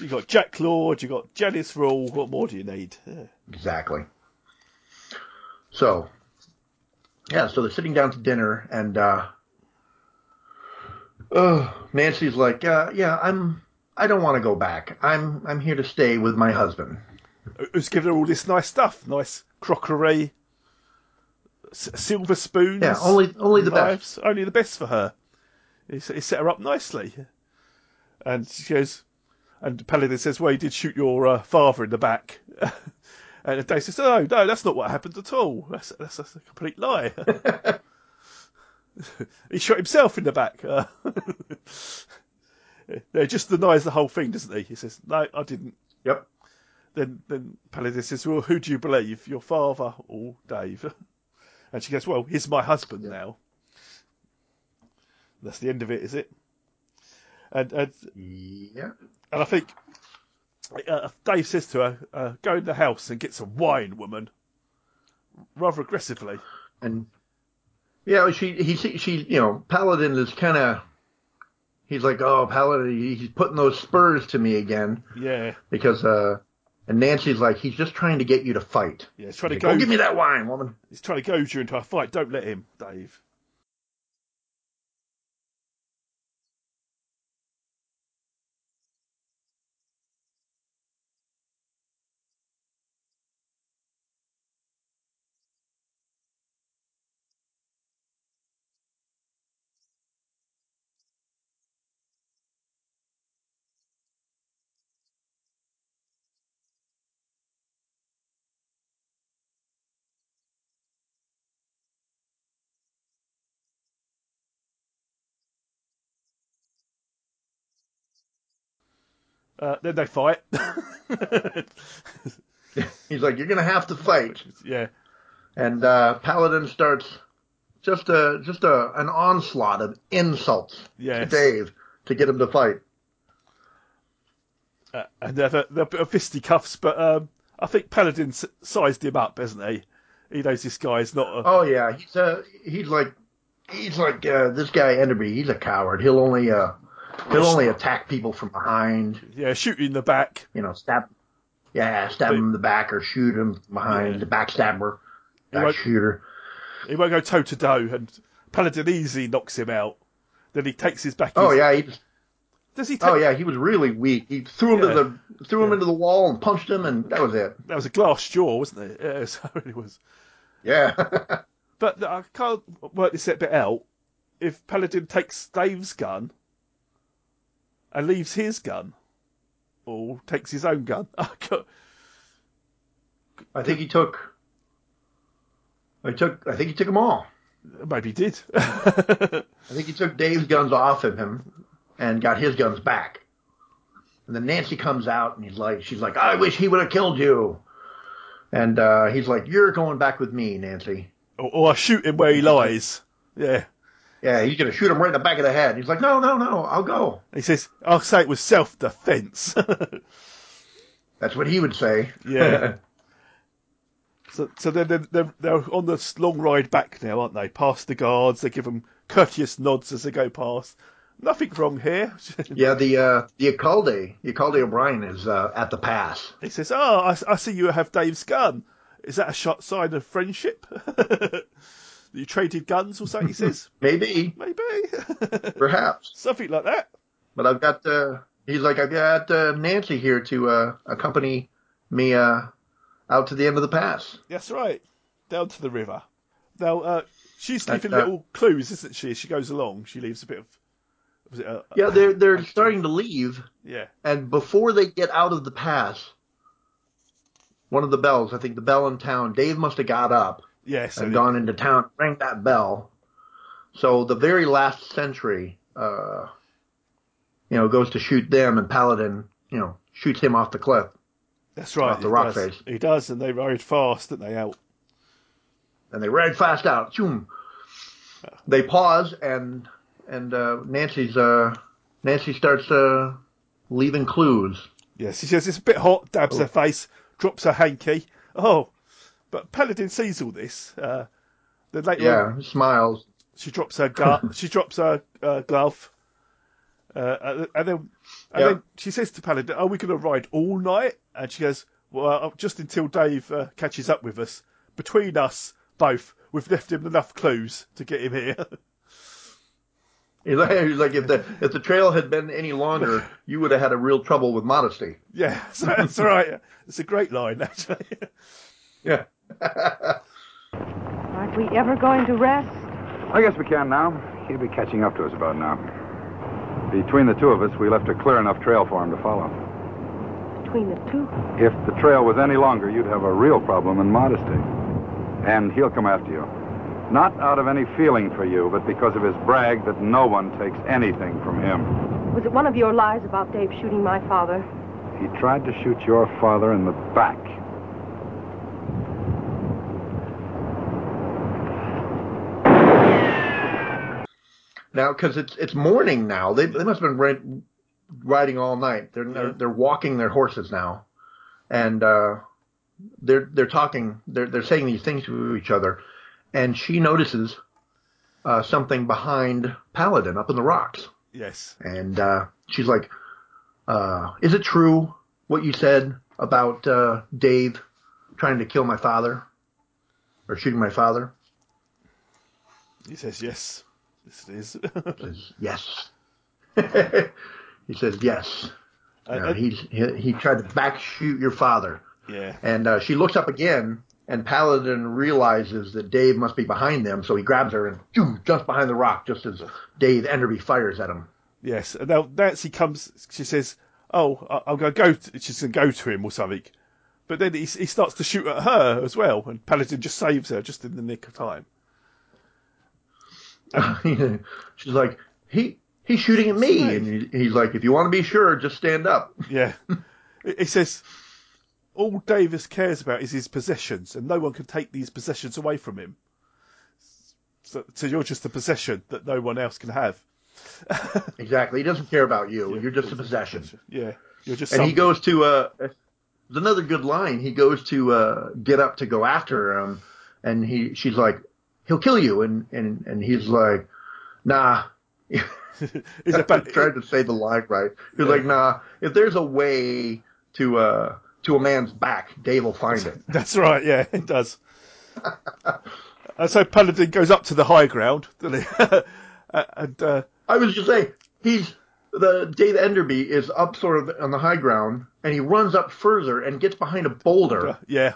[SPEAKER 3] You got Jack Lord, you got Janice Rule. What more do you need? Yeah.
[SPEAKER 4] Exactly. So, yeah. So they're sitting down to dinner, and uh, oh, Nancy's like, uh, yeah, I'm. I don't want to go back. I'm. I'm here to stay with my husband.
[SPEAKER 3] who's given her all this nice stuff, nice crockery, s- silver spoons.
[SPEAKER 4] Yeah, only- only the
[SPEAKER 3] knives, only the best for her. He, s- he set her up nicely, and she goes, and Paladin says, "Well, you did shoot your uh, father in the back." and Dave says, "No, no, that's not what happened at all. That's that's, that's a complete lie." he shot himself in the back. Uh, no, he just denies the whole thing, doesn't he? He says, "No, I didn't."
[SPEAKER 4] Yep.
[SPEAKER 3] then then Paladin says, "Well, who do you believe, your father or Dave?" And she goes, "Well, he's my husband now." That's the end of it, is it? And and,
[SPEAKER 4] Yeah.
[SPEAKER 3] and I think uh, Dave says to her, uh, "Go in the house and get some wine, woman." Rather aggressively.
[SPEAKER 4] and yeah, she he she, she you know Paladin is kind of he's like oh Paladin he- he's putting those spurs to me again
[SPEAKER 3] Yeah,
[SPEAKER 4] because uh and Nancy's like he's just trying to get you to fight.
[SPEAKER 3] yeah. He's trying to
[SPEAKER 4] Like,
[SPEAKER 3] go.
[SPEAKER 4] "Oh, give me that wine, woman.
[SPEAKER 3] He's trying to goad you into a fight. Don't let him, Dave. Uh, then they fight.
[SPEAKER 4] He's like you're gonna have to fight,
[SPEAKER 3] yeah,
[SPEAKER 4] and uh Paladin starts just a just a an onslaught of insults
[SPEAKER 3] Yes.
[SPEAKER 4] to Dave to get him to fight.
[SPEAKER 3] Uh, and they're, they're, they're a bit of fisticuffs, but um, I think Paladin s- sized him up, hasn't he? He knows this guy's not a.
[SPEAKER 4] Oh yeah, he's uh he's like he's like uh, this guy Enderby. He's a coward. He'll only uh he'll only attack people from behind.
[SPEAKER 3] Yeah, shoot you in the back.
[SPEAKER 4] You know, stab Yeah, stab him in the back or shoot him behind the backstabber,
[SPEAKER 3] He won't-
[SPEAKER 4] back shooter.
[SPEAKER 3] He won't go toe to toe, and Paladin easy knocks him out. Then he takes his back.
[SPEAKER 4] Oh
[SPEAKER 3] his-
[SPEAKER 4] yeah, he just,
[SPEAKER 3] does he? Take,
[SPEAKER 4] oh yeah, he was really weak. He threw him to the threw him into the wall and punched him, and that was it.
[SPEAKER 3] That was a glass jaw, wasn't it? Yeah, so it was.
[SPEAKER 4] Yeah.
[SPEAKER 3] but uh, I can't work this bit out. If Paladin takes Dave's gun and leaves his gun, or takes his own gun, I can't-
[SPEAKER 4] I think he took. I took. I think he took them all.
[SPEAKER 3] maybe he did.
[SPEAKER 4] I think he took Dave's guns off of him and got his guns back. And then Nancy comes out and he's like, she's like, I wish he would have killed you. And uh, he's like, you're going back with me, Nancy.
[SPEAKER 3] or, or I shoot him where he lies. Yeah.
[SPEAKER 4] Yeah, he's gonna shoot him right in the back of the head. He's like, no, no, no, I'll go.
[SPEAKER 3] He says, "I'll say it was self-defense."
[SPEAKER 4] That's what he would say.
[SPEAKER 3] Yeah. so, so they're, they're, they're, they're on this long ride back now, aren't they? Past the guards, they give them courteous nods as they go past. Nothing wrong here.
[SPEAKER 4] yeah, the uh, the Acalde, the Acalde O'Brien is uh, at the pass.
[SPEAKER 3] He says, "Oh, I, I see you have Dave's gun. Is that a shot sign of friendship? you traded guns or something?" He says,
[SPEAKER 4] Maybe,
[SPEAKER 3] "Maybe,
[SPEAKER 4] perhaps.
[SPEAKER 3] something like that."
[SPEAKER 4] But I've got uh, he's like, I've got uh, Nancy here to uh, accompany me uh, out to the end of the pass.
[SPEAKER 3] That's right. Down to the river. Now, uh, she's
[SPEAKER 4] That-
[SPEAKER 3] leaving
[SPEAKER 4] that-
[SPEAKER 3] little clues, isn't she? As she goes along, she leaves a bit of. Was it a,
[SPEAKER 4] Yeah, they're they're starting to leave,
[SPEAKER 3] yeah.
[SPEAKER 4] and before they get out of the pass, one of the bells, I think the bell in town, Dave must have got up
[SPEAKER 3] Yeah, so
[SPEAKER 4] and gone into town, rang that bell. So the very last sentry, uh, you know, goes to shoot them, and Paladin, you know, shoots him off the cliff.
[SPEAKER 3] that's right.
[SPEAKER 4] off the
[SPEAKER 3] he does.
[SPEAKER 4] rock face.
[SPEAKER 3] He does, and they rode fast, didn't they? Out.
[SPEAKER 4] and they ride fast out. Choom. They pause and and uh, Nancy's uh, Nancy starts uh, leaving clues.
[SPEAKER 3] Yes, she says it's a bit hot,
[SPEAKER 4] Oh.
[SPEAKER 3] dabs her face, drops her hanky. Oh, but Paladin sees all this. Uh, then later on,
[SPEAKER 4] Yeah, smiles.
[SPEAKER 3] She drops her gu- she drops her uh, glove, uh, and then and
[SPEAKER 4] Yeah.
[SPEAKER 3] then she says to Paladin, "Are we going to ride all night?" And she goes, "Well, uh, just until Dave uh, catches up with us. Between us both, we've left him enough clues to get him here."
[SPEAKER 4] He's like, he's like, if the if the trail had been any longer, you would have had a real trouble with modesty.
[SPEAKER 3] yeah, so that's right. It's a great line, actually.
[SPEAKER 4] Yeah.
[SPEAKER 12] Aren't we ever going to rest?
[SPEAKER 5] I guess we can now. He'll be catching up to us about now. Between the two of us, we left a clear enough trail for him to follow.
[SPEAKER 12] Between the two?
[SPEAKER 5] If the trail was any longer, you'd have a real problem in modesty. And he'll come after you. Not out of any feeling for you, but because of his brag that no one takes anything from him.
[SPEAKER 12] Was it one of your lies about Dave shooting my father?
[SPEAKER 5] He tried to shoot your father in the back.
[SPEAKER 4] Now, because it's it's morning now, they they must have been ri- riding all night. They're they're, they're walking their horses now, and uh, they're they're talking. They're they're saying these things to each other, and she notices uh, something behind Paladin up in the rocks,
[SPEAKER 3] yes.
[SPEAKER 4] and uh, she's like, uh, "Is it true what you said about uh, Dave trying to kill my father or shooting my father?"
[SPEAKER 3] He says yes. Yes, it is.
[SPEAKER 4] says yes. he says yes.
[SPEAKER 3] I-
[SPEAKER 4] Now,
[SPEAKER 3] I-
[SPEAKER 4] he's, he he tried to back shoot your father,
[SPEAKER 3] yeah.
[SPEAKER 4] and uh, she looks up again, and Paladin realizes that Dave must be behind them, so he grabs her and phew, jumps behind the rock just as Dave Enderby fires at him.
[SPEAKER 3] Yes. And now Nancy comes. She says, "Oh, I- I'm going to go." To, she's going to go to him or something. But then he, he starts to shoot at her as well, and Paladin just saves her just in the nick of time.
[SPEAKER 4] She's like, he he's shooting at me, and he, he's like, if you want to be sure, just stand up.
[SPEAKER 3] Yeah. It it says, all Davis cares about is his possessions, and no one can take these possessions away from him. So, so you're just a possession that no one else can have.
[SPEAKER 4] Exactly, he doesn't care about you. You're just a possession.
[SPEAKER 3] Yeah. You're just
[SPEAKER 4] and he
[SPEAKER 3] something.
[SPEAKER 4] goes to uh, it's another good line. He goes to uh, get up to go after him, and he she's like, "He'll kill you," and and and he's like, "Nah."
[SPEAKER 3] He's a bad-
[SPEAKER 4] trying to say the line right. He's like, "Nah." If there's a way to uh, to a man's back, Dave will find it.
[SPEAKER 3] That's right. Yeah, it does. and so Paladin goes up to the high ground, doesn't he? and uh,
[SPEAKER 4] I was just saying, he's the Dave Enderby is up sort of on the high ground, and he runs up further and gets behind a boulder.
[SPEAKER 3] Yeah.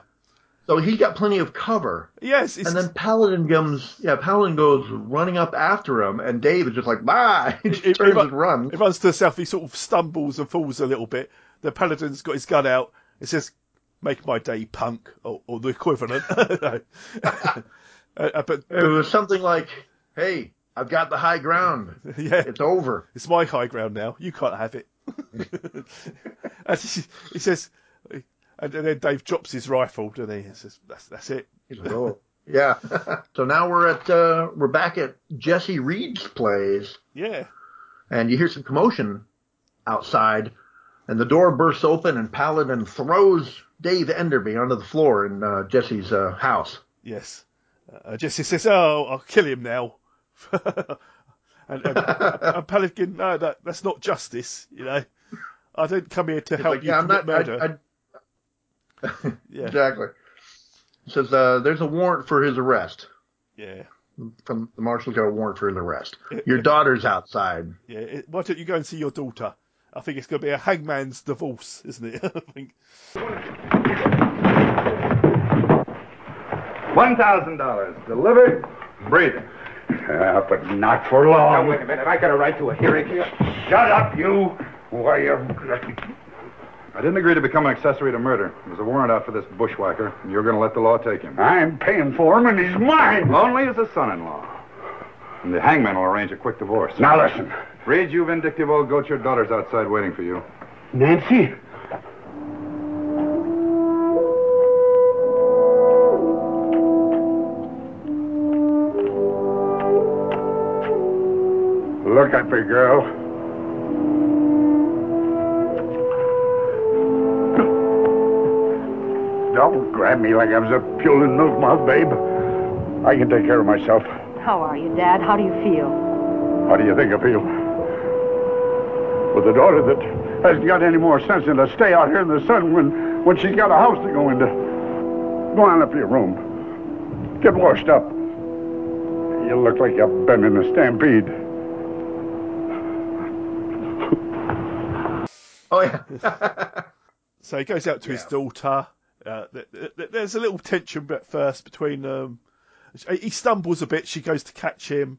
[SPEAKER 4] So he's got plenty of cover.
[SPEAKER 3] Yes.
[SPEAKER 4] And then Paladin comes, yeah, Paladin goes running up after him, and Dave is just like, bye. He just turns and runs.
[SPEAKER 3] It runs to the south. He sort of stumbles and falls a little bit. The paladin's got his gun out. It says, "Make my day, punk," or, or the equivalent. No. Uh, uh, but,
[SPEAKER 4] It was something like, hey, I've got the high ground.
[SPEAKER 3] Yeah.
[SPEAKER 4] It's over.
[SPEAKER 3] It's my high ground now. You can't have it. and he, he says, and then Dave drops his rifle, doesn't he? He says, "That's that's it."
[SPEAKER 4] He's like, oh. Yeah. so now we're at uh, we're back at Jesse Reed's place,
[SPEAKER 3] yeah.
[SPEAKER 4] and you hear some commotion outside, and the door bursts open, and Paladin throws Dave Enderby onto the floor in uh, Jesse's uh, house.
[SPEAKER 3] Yes. Uh, Jesse says, "Oh, I'll kill him now." and, and, and Paladin, no, that, that's not justice. You know, I don't come here to
[SPEAKER 4] He's
[SPEAKER 3] help
[SPEAKER 4] like,
[SPEAKER 3] you
[SPEAKER 4] yeah, I'm
[SPEAKER 3] commit
[SPEAKER 4] not. I-
[SPEAKER 3] murder.
[SPEAKER 4] I-
[SPEAKER 3] yeah,
[SPEAKER 4] Exactly. Says uh, there's a warrant for his arrest.
[SPEAKER 3] yeah,
[SPEAKER 4] From the marshal's got a warrant for his arrest. Your daughter's outside.
[SPEAKER 3] yeah. It- Why don't you go and see your daughter? I think it's going to be a hangman's divorce, isn't it? I think.
[SPEAKER 9] $1,000 delivered, breathing.
[SPEAKER 7] Ah, but not for long.
[SPEAKER 9] Now, wait a minute. I got a right to a hearing here. Shut up, you. Why, you
[SPEAKER 7] uh, I didn't agree to become an accessory to murder. There's a warrant out for this bushwhacker, and you're going to let the law take him. I'm paying for him, and he's mine. Only as a son-in-law. And the hangman will arrange a quick divorce.
[SPEAKER 9] Now listen.
[SPEAKER 7] Reed, you vindictive old goat, your daughter's outside waiting for you.
[SPEAKER 9] Nancy?
[SPEAKER 7] Look at me, girl.
[SPEAKER 13] Don't grab me like I was a puling milk mouth, babe. I can take care of myself.
[SPEAKER 12] How are you, Dad? How do you feel?
[SPEAKER 13] How do you think I feel? With a daughter that hasn't got any more sense than to stay out here in the sun when, when she's got a house to go into. Go on up to your room. Get washed up. You look like you've been in a stampede.
[SPEAKER 4] Oh yeah.
[SPEAKER 3] So he goes out to his daughter. Uh, th- th- th- there's a little tension at first between um, he stumbles a bit. She goes to catch him,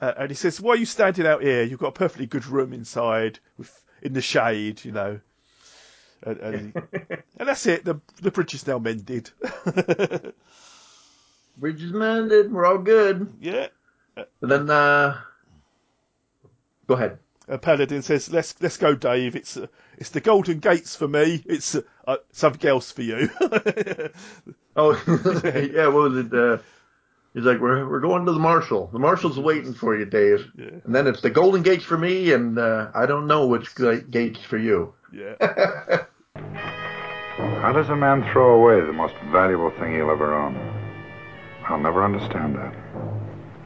[SPEAKER 3] uh, and he says, "Why are you standing out here? You've got a perfectly good room inside, with in the shade, you know." And, and, and that's it. The the bridge is now mended.
[SPEAKER 4] Bridge is mended. We're all good.
[SPEAKER 3] yeah.
[SPEAKER 4] But then uh, go ahead.
[SPEAKER 3] And Uh, Paladin says, "Let's let's go, Dave. It's uh, it's the Golden Gates for me. It's uh, uh, something else for you."
[SPEAKER 4] Oh yeah. What was it? Uh, he's like, we're we're going to the marshal. The marshal's waiting for you, Dave. And then it's the Golden Gates for me, and uh, I don't know which ga- gates for you.
[SPEAKER 3] yeah.
[SPEAKER 7] How does a man throw away the most valuable thing he'll ever own? I'll never understand that.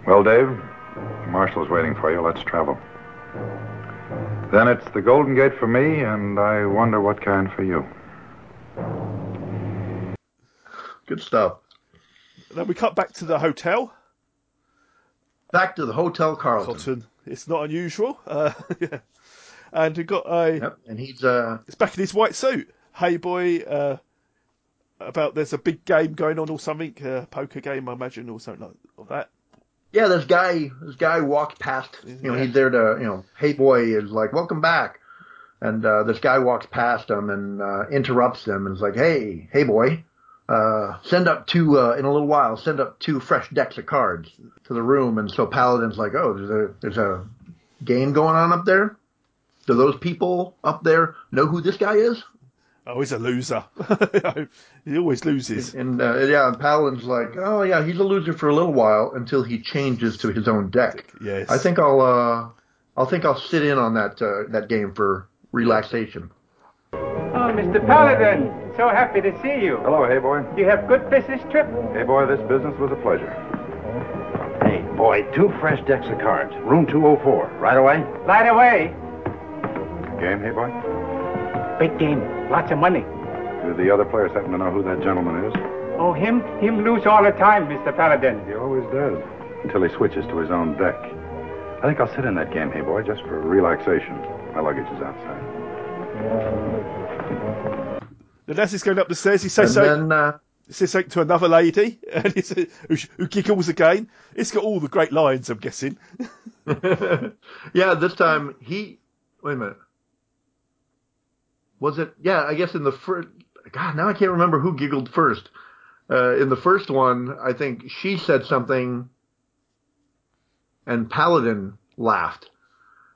[SPEAKER 7] Well, Dave, the marshal's waiting for you. Let's travel. Then it's the Golden Gate for me, and I wonder what kind for you.
[SPEAKER 4] Good stuff.
[SPEAKER 3] Then we cut back to the hotel.
[SPEAKER 4] Back to the Hotel Carlton.
[SPEAKER 3] Cotton. It's not unusual. Uh, yeah. And we got a.
[SPEAKER 4] And he's uh,
[SPEAKER 3] It's back in his white suit. Hey boy, uh, about there's a big game going on or something, a poker game, I imagine, or something like of that.
[SPEAKER 4] yeah, this guy, this guy walked past. You know, he's there to, you know, hey boy is like, welcome back. And uh, this guy walks past him and uh, interrupts him and is like, hey, hey boy, uh, send up two uh, in a little while. Send up two fresh decks of cards to the room. And so Paladin's like, oh, there's a there's a game going on up there. Do those people up there know who this guy is?
[SPEAKER 3] Oh, he's a loser. he always loses.
[SPEAKER 4] And uh, yeah, and Paladin's like, oh yeah, he's a loser for a little while until he changes to his own deck.
[SPEAKER 3] Yes.
[SPEAKER 4] I think I'll uh, I'll think I'll sit in on that uh, that game for relaxation.
[SPEAKER 14] Oh, Mr. Paladin, so happy to see you.
[SPEAKER 7] Hello, hey boy.
[SPEAKER 14] You have good business trip?
[SPEAKER 7] Hey boy, this business was a pleasure.
[SPEAKER 13] Hey, boy, two fresh decks of cards. Room 204. Right away?
[SPEAKER 14] Right away.
[SPEAKER 7] Game, hey boy?
[SPEAKER 14] Big game. Lots of money.
[SPEAKER 5] Do the other players happen to know who that gentleman is?
[SPEAKER 14] Oh, him? Him lose all the time, Mr. Paladin.
[SPEAKER 5] He always does. Until he switches to his own deck. I think I'll sit in that game, hey boy, just for relaxation. My luggage is outside.
[SPEAKER 3] The lassie's going up the stairs. He says
[SPEAKER 4] And uh,
[SPEAKER 3] something. he says something to another lady, and he says, who, sh- who giggles again. It's got all the great lines, I'm guessing.
[SPEAKER 4] yeah, this time he. Wait a minute. Was it? Yeah, I guess in the first. God, now I can't remember who giggled first. Uh, in the first one, I think she said something, and Paladin laughed.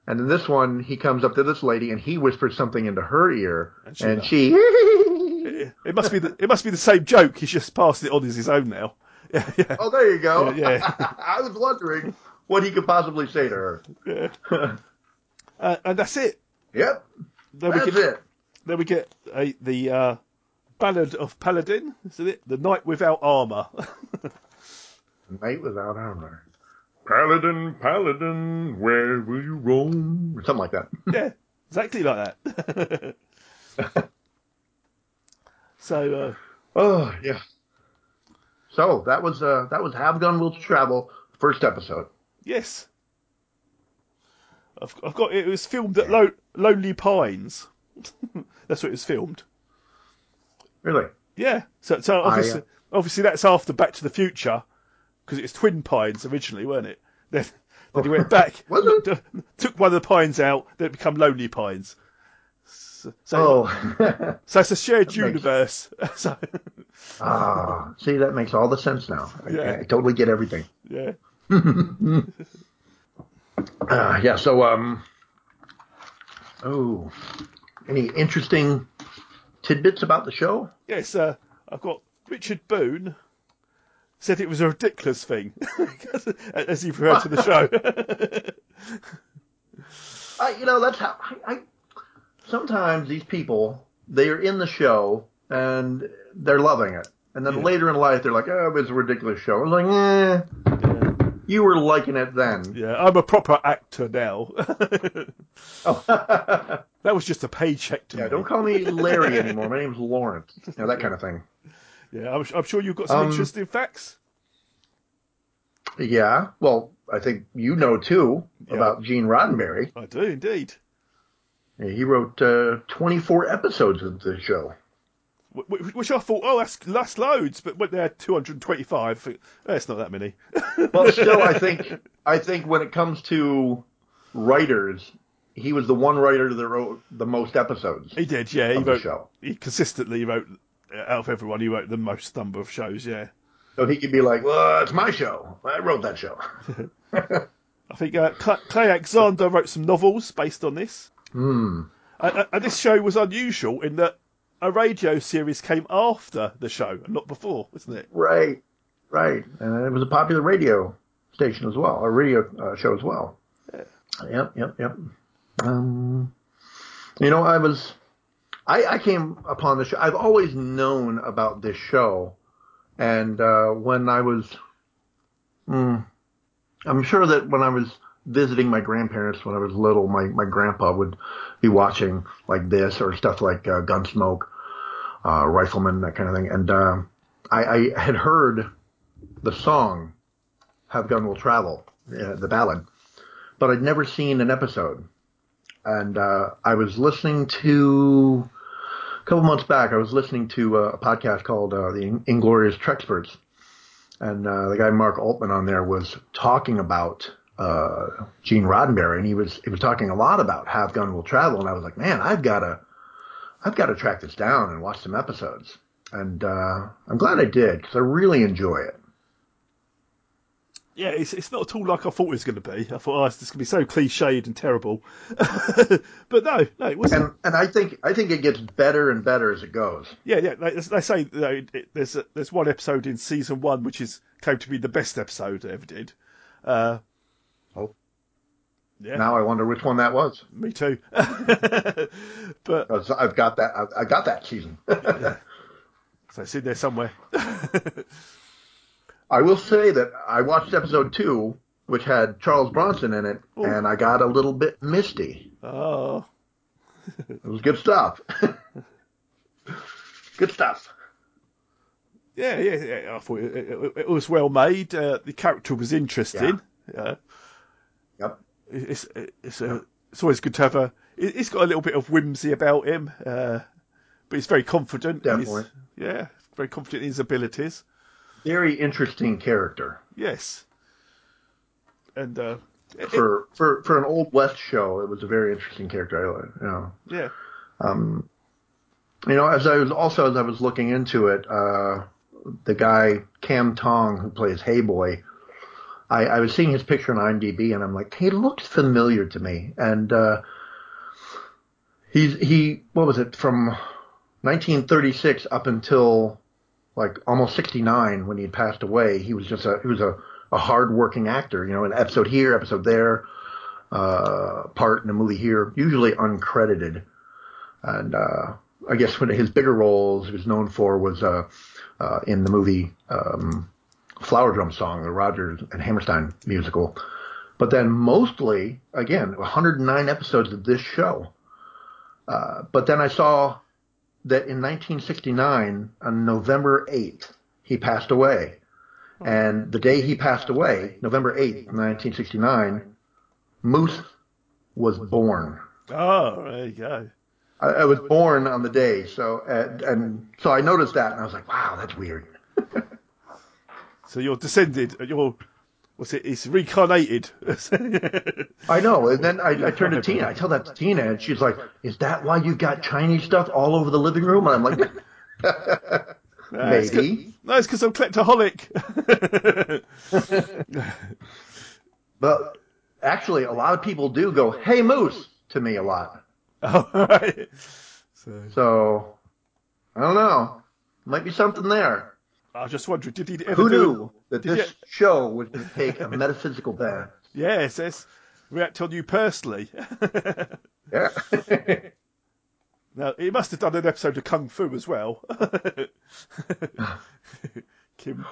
[SPEAKER 4] And in this one, he comes up to this lady and he whispers something into her ear,
[SPEAKER 3] And she
[SPEAKER 4] and
[SPEAKER 3] laughed.
[SPEAKER 4] she
[SPEAKER 3] it it must be the it must be the same joke. He's just passed it on as his own now. Yeah, yeah.
[SPEAKER 4] Oh, there you go.
[SPEAKER 3] Yeah,
[SPEAKER 4] I was wondering what he could possibly say to her.
[SPEAKER 3] Uh, and that's it.
[SPEAKER 4] Yep.
[SPEAKER 3] Then
[SPEAKER 4] That's
[SPEAKER 3] we get,
[SPEAKER 4] it.
[SPEAKER 3] Then we get a, the uh, Ballad of Paladin. Is it? The Knight Without Armour.
[SPEAKER 4] Knight without armor. Paladin, paladin, where will you roam? Or something like that.
[SPEAKER 3] yeah, exactly like that. so, uh,
[SPEAKER 4] Oh yeah. So that was uh that was Have Gun Will Travel first episode.
[SPEAKER 3] yes. I've, I've got it was filmed at Lo- Lonely Pines. that's where it was filmed.
[SPEAKER 4] Really?
[SPEAKER 3] Yeah. So, so
[SPEAKER 4] I, uh,
[SPEAKER 3] obviously, obviously that's after Back to the Future, because it was Twin Pines originally, weren't it? Then, then he
[SPEAKER 4] Oh,
[SPEAKER 3] went back, t- took one of the pines out, then it become Lonely Pines. So, so,
[SPEAKER 4] Oh.
[SPEAKER 3] so it's a shared
[SPEAKER 4] That makes-
[SPEAKER 3] universe. so,
[SPEAKER 4] Ah, see that makes all the sense now. I,
[SPEAKER 3] Yeah.
[SPEAKER 4] I totally get everything.
[SPEAKER 3] yeah.
[SPEAKER 4] Uh, yeah. So um. Oh, any interesting tidbits about the show?
[SPEAKER 3] Yes, uh, I've got Richard Boone said it was a ridiculous thing, as he referred to the show.
[SPEAKER 4] I, you know, that's how I, I. Sometimes these people they are in the show and they're loving it, and then later in life they're like, "Oh, it's a ridiculous show." I was like, eh, "You were liking it then."
[SPEAKER 3] yeah, I'm a proper actor now.
[SPEAKER 4] Oh.
[SPEAKER 3] that was just a paycheck to
[SPEAKER 4] yeah,
[SPEAKER 3] me.
[SPEAKER 4] don't call me Larry anymore. My name's Lawrence. You know, that kind of thing.
[SPEAKER 3] Yeah, I'm, I'm sure you've got some
[SPEAKER 4] Um,
[SPEAKER 3] interesting facts.
[SPEAKER 4] Yeah. Well, I think you know too about Gene Roddenberry.
[SPEAKER 3] I do indeed.
[SPEAKER 4] He wrote uh, 24 episodes of the show.
[SPEAKER 3] Wh- wh- Which I thought, oh, that's, that's loads, but when they're 225, I think, "Eh, it's not that many.
[SPEAKER 4] Well, still, I think I think when it comes to writers, he was the one writer that wrote the most episodes.
[SPEAKER 3] He did, yeah. He
[SPEAKER 4] Of the
[SPEAKER 3] wrote.
[SPEAKER 4] show.
[SPEAKER 3] He consistently wrote uh, out of everyone. He wrote the most number of shows. Yeah,
[SPEAKER 4] So he could be like, "Well, it's my show. I wrote that show."
[SPEAKER 3] I think uh, Cl- Clay Alexander wrote some novels based on this.
[SPEAKER 4] Hmm.
[SPEAKER 3] Uh, uh, and this show was unusual in that a radio series came after the show and not before, wasn't it?
[SPEAKER 4] Right. Right. And it was a popular radio station as well, a radio uh, show as well. Yep. Yep. Yep. Um, you know, I was, I, I came upon the show. I've always known about this show, and uh, when I was, mm, I'm sure that when I was visiting my grandparents when I was little, my my grandpa would be watching like this or stuff like uh, Gunsmoke, uh, Rifleman, that kind of thing, and uh, I, I had heard the song "Have Gun Will Travel," uh, the ballad, but I'd never seen an episode and uh, I was listening to a couple months back. I was listening to uh, a podcast called uh, "The Inglorious Trexperts," and uh, the guy Mark Altman on there was talking about uh, Gene Roddenberry, and he was he was talking a lot about "Have Gun Will Travel," and I was like, man, I've got to I've got to track this down and watch some episodes, and uh, I'm glad I did because I really enjoy it.
[SPEAKER 3] Yeah, it's, it's not at all like I thought it was going to be. I thought, oh, this is going to be so cliched and terrible. but no, no, it wasn't.
[SPEAKER 4] And and I think I think it gets better and better as it goes.
[SPEAKER 3] Yeah, yeah. They, they say you know, it, it- there's a, there's one episode in season one which is claimed to be the best episode I ever did. Uh,
[SPEAKER 4] Oh.
[SPEAKER 3] yeah,
[SPEAKER 4] Now I wonder which one that was.
[SPEAKER 3] me too. but
[SPEAKER 4] 'Cause I've got that. I've, I got that season.
[SPEAKER 3] so it's in there somewhere.
[SPEAKER 4] I will say that I watched episode two, which had Charles Bronson in it, and I got a little bit misty.
[SPEAKER 3] oh,
[SPEAKER 4] It was good stuff. Good stuff.
[SPEAKER 3] Yeah, yeah, yeah. I thought it, it, it was well made. Uh, the character was interesting. Yeah.
[SPEAKER 4] Yep.
[SPEAKER 3] It's it's a, it's always good to have a. it- It's got a little bit of whimsy about him, uh, but he's very confident. in his-
[SPEAKER 4] Definitely.
[SPEAKER 3] yeah, very confident in his abilities.
[SPEAKER 4] Very interesting character
[SPEAKER 3] Yes. And uh, it-
[SPEAKER 4] for for for an old west show. It was a very interesting character. I, you know.
[SPEAKER 3] yeah,
[SPEAKER 4] um, you know, as I was also as I was looking into it, uh, the guy Cam Tong who plays Hey Boy, I, I was seeing his picture on IMDb, and I'm like, he looks familiar to me, and uh, he's he what was it from 1936 up until like almost 69 when he had passed away. He was just a he was a a hard working actor, you know, an episode here, episode there, uh, part in a movie here, usually uncredited and uh, I guess one of his bigger roles he was known for was uh, uh, in the movie um, Flower Drum Song, the Rogers and Hammerstein musical. But then mostly, again, 109 episodes of this show. Uh, but then I saw that in 1969, on November 8th, he passed away. And the day he Hmm. passed away, November 8th, 1969, Moose was born.
[SPEAKER 3] oh, there you go.
[SPEAKER 4] I, I was born on the day, so and, and so I noticed that, and I was like, "Wow, that's weird."
[SPEAKER 3] So you're descended. uh, You're what's it? It's reincarnated.
[SPEAKER 4] I know. And then I, I turned to Tina. I tell that to Tina, and she's like, "Is that why you've got Chinese stuff all over the living room?" And I'm like,
[SPEAKER 3] Uh, it's 'cause-
[SPEAKER 4] "Maybe."
[SPEAKER 3] No, it's because I'm kleptoholic.
[SPEAKER 4] But actually, a lot of people do go, "Hey, Moose," to me a lot.
[SPEAKER 3] All right. So
[SPEAKER 4] So I don't know. Might be something there.
[SPEAKER 3] I was just wondering, did he ever
[SPEAKER 4] Who
[SPEAKER 3] do-
[SPEAKER 4] knew that
[SPEAKER 3] did
[SPEAKER 4] this show would take a metaphysical bath?
[SPEAKER 3] Yes, yes. React on you personally.
[SPEAKER 4] Yeah.
[SPEAKER 3] now he must have done an episode of Kung Fu as well. Kim.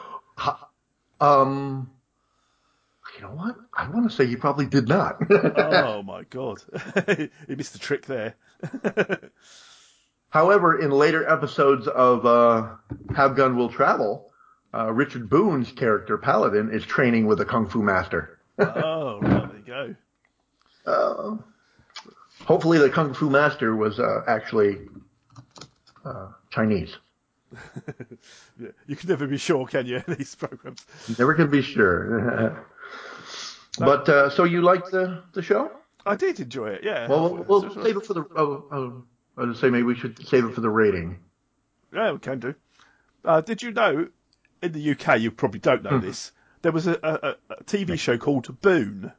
[SPEAKER 4] Um, you know what? I want to say he probably did not.
[SPEAKER 3] Oh my god, he missed the trick there.
[SPEAKER 4] However, in later episodes of uh, Have Gun Will Travel, uh, Richard Boone's character Paladin is training with a kung fu master.
[SPEAKER 3] oh, right, there you go.
[SPEAKER 4] Uh, hopefully, the kung fu master was uh, actually uh, Chinese.
[SPEAKER 3] Yeah, you can never be sure, can you? These programs.
[SPEAKER 4] Never can be sure. but uh, so you liked the the show?
[SPEAKER 3] I did enjoy it. Yeah.
[SPEAKER 4] Well, we'll, we'll save it for the. Oh, oh, I was gonna say maybe we should save it for the rating.
[SPEAKER 3] Yeah, we can do. Uh, did you know, in the UK, you probably don't know
[SPEAKER 4] Hmm.
[SPEAKER 3] this, there was a, a, a TV show called Boone,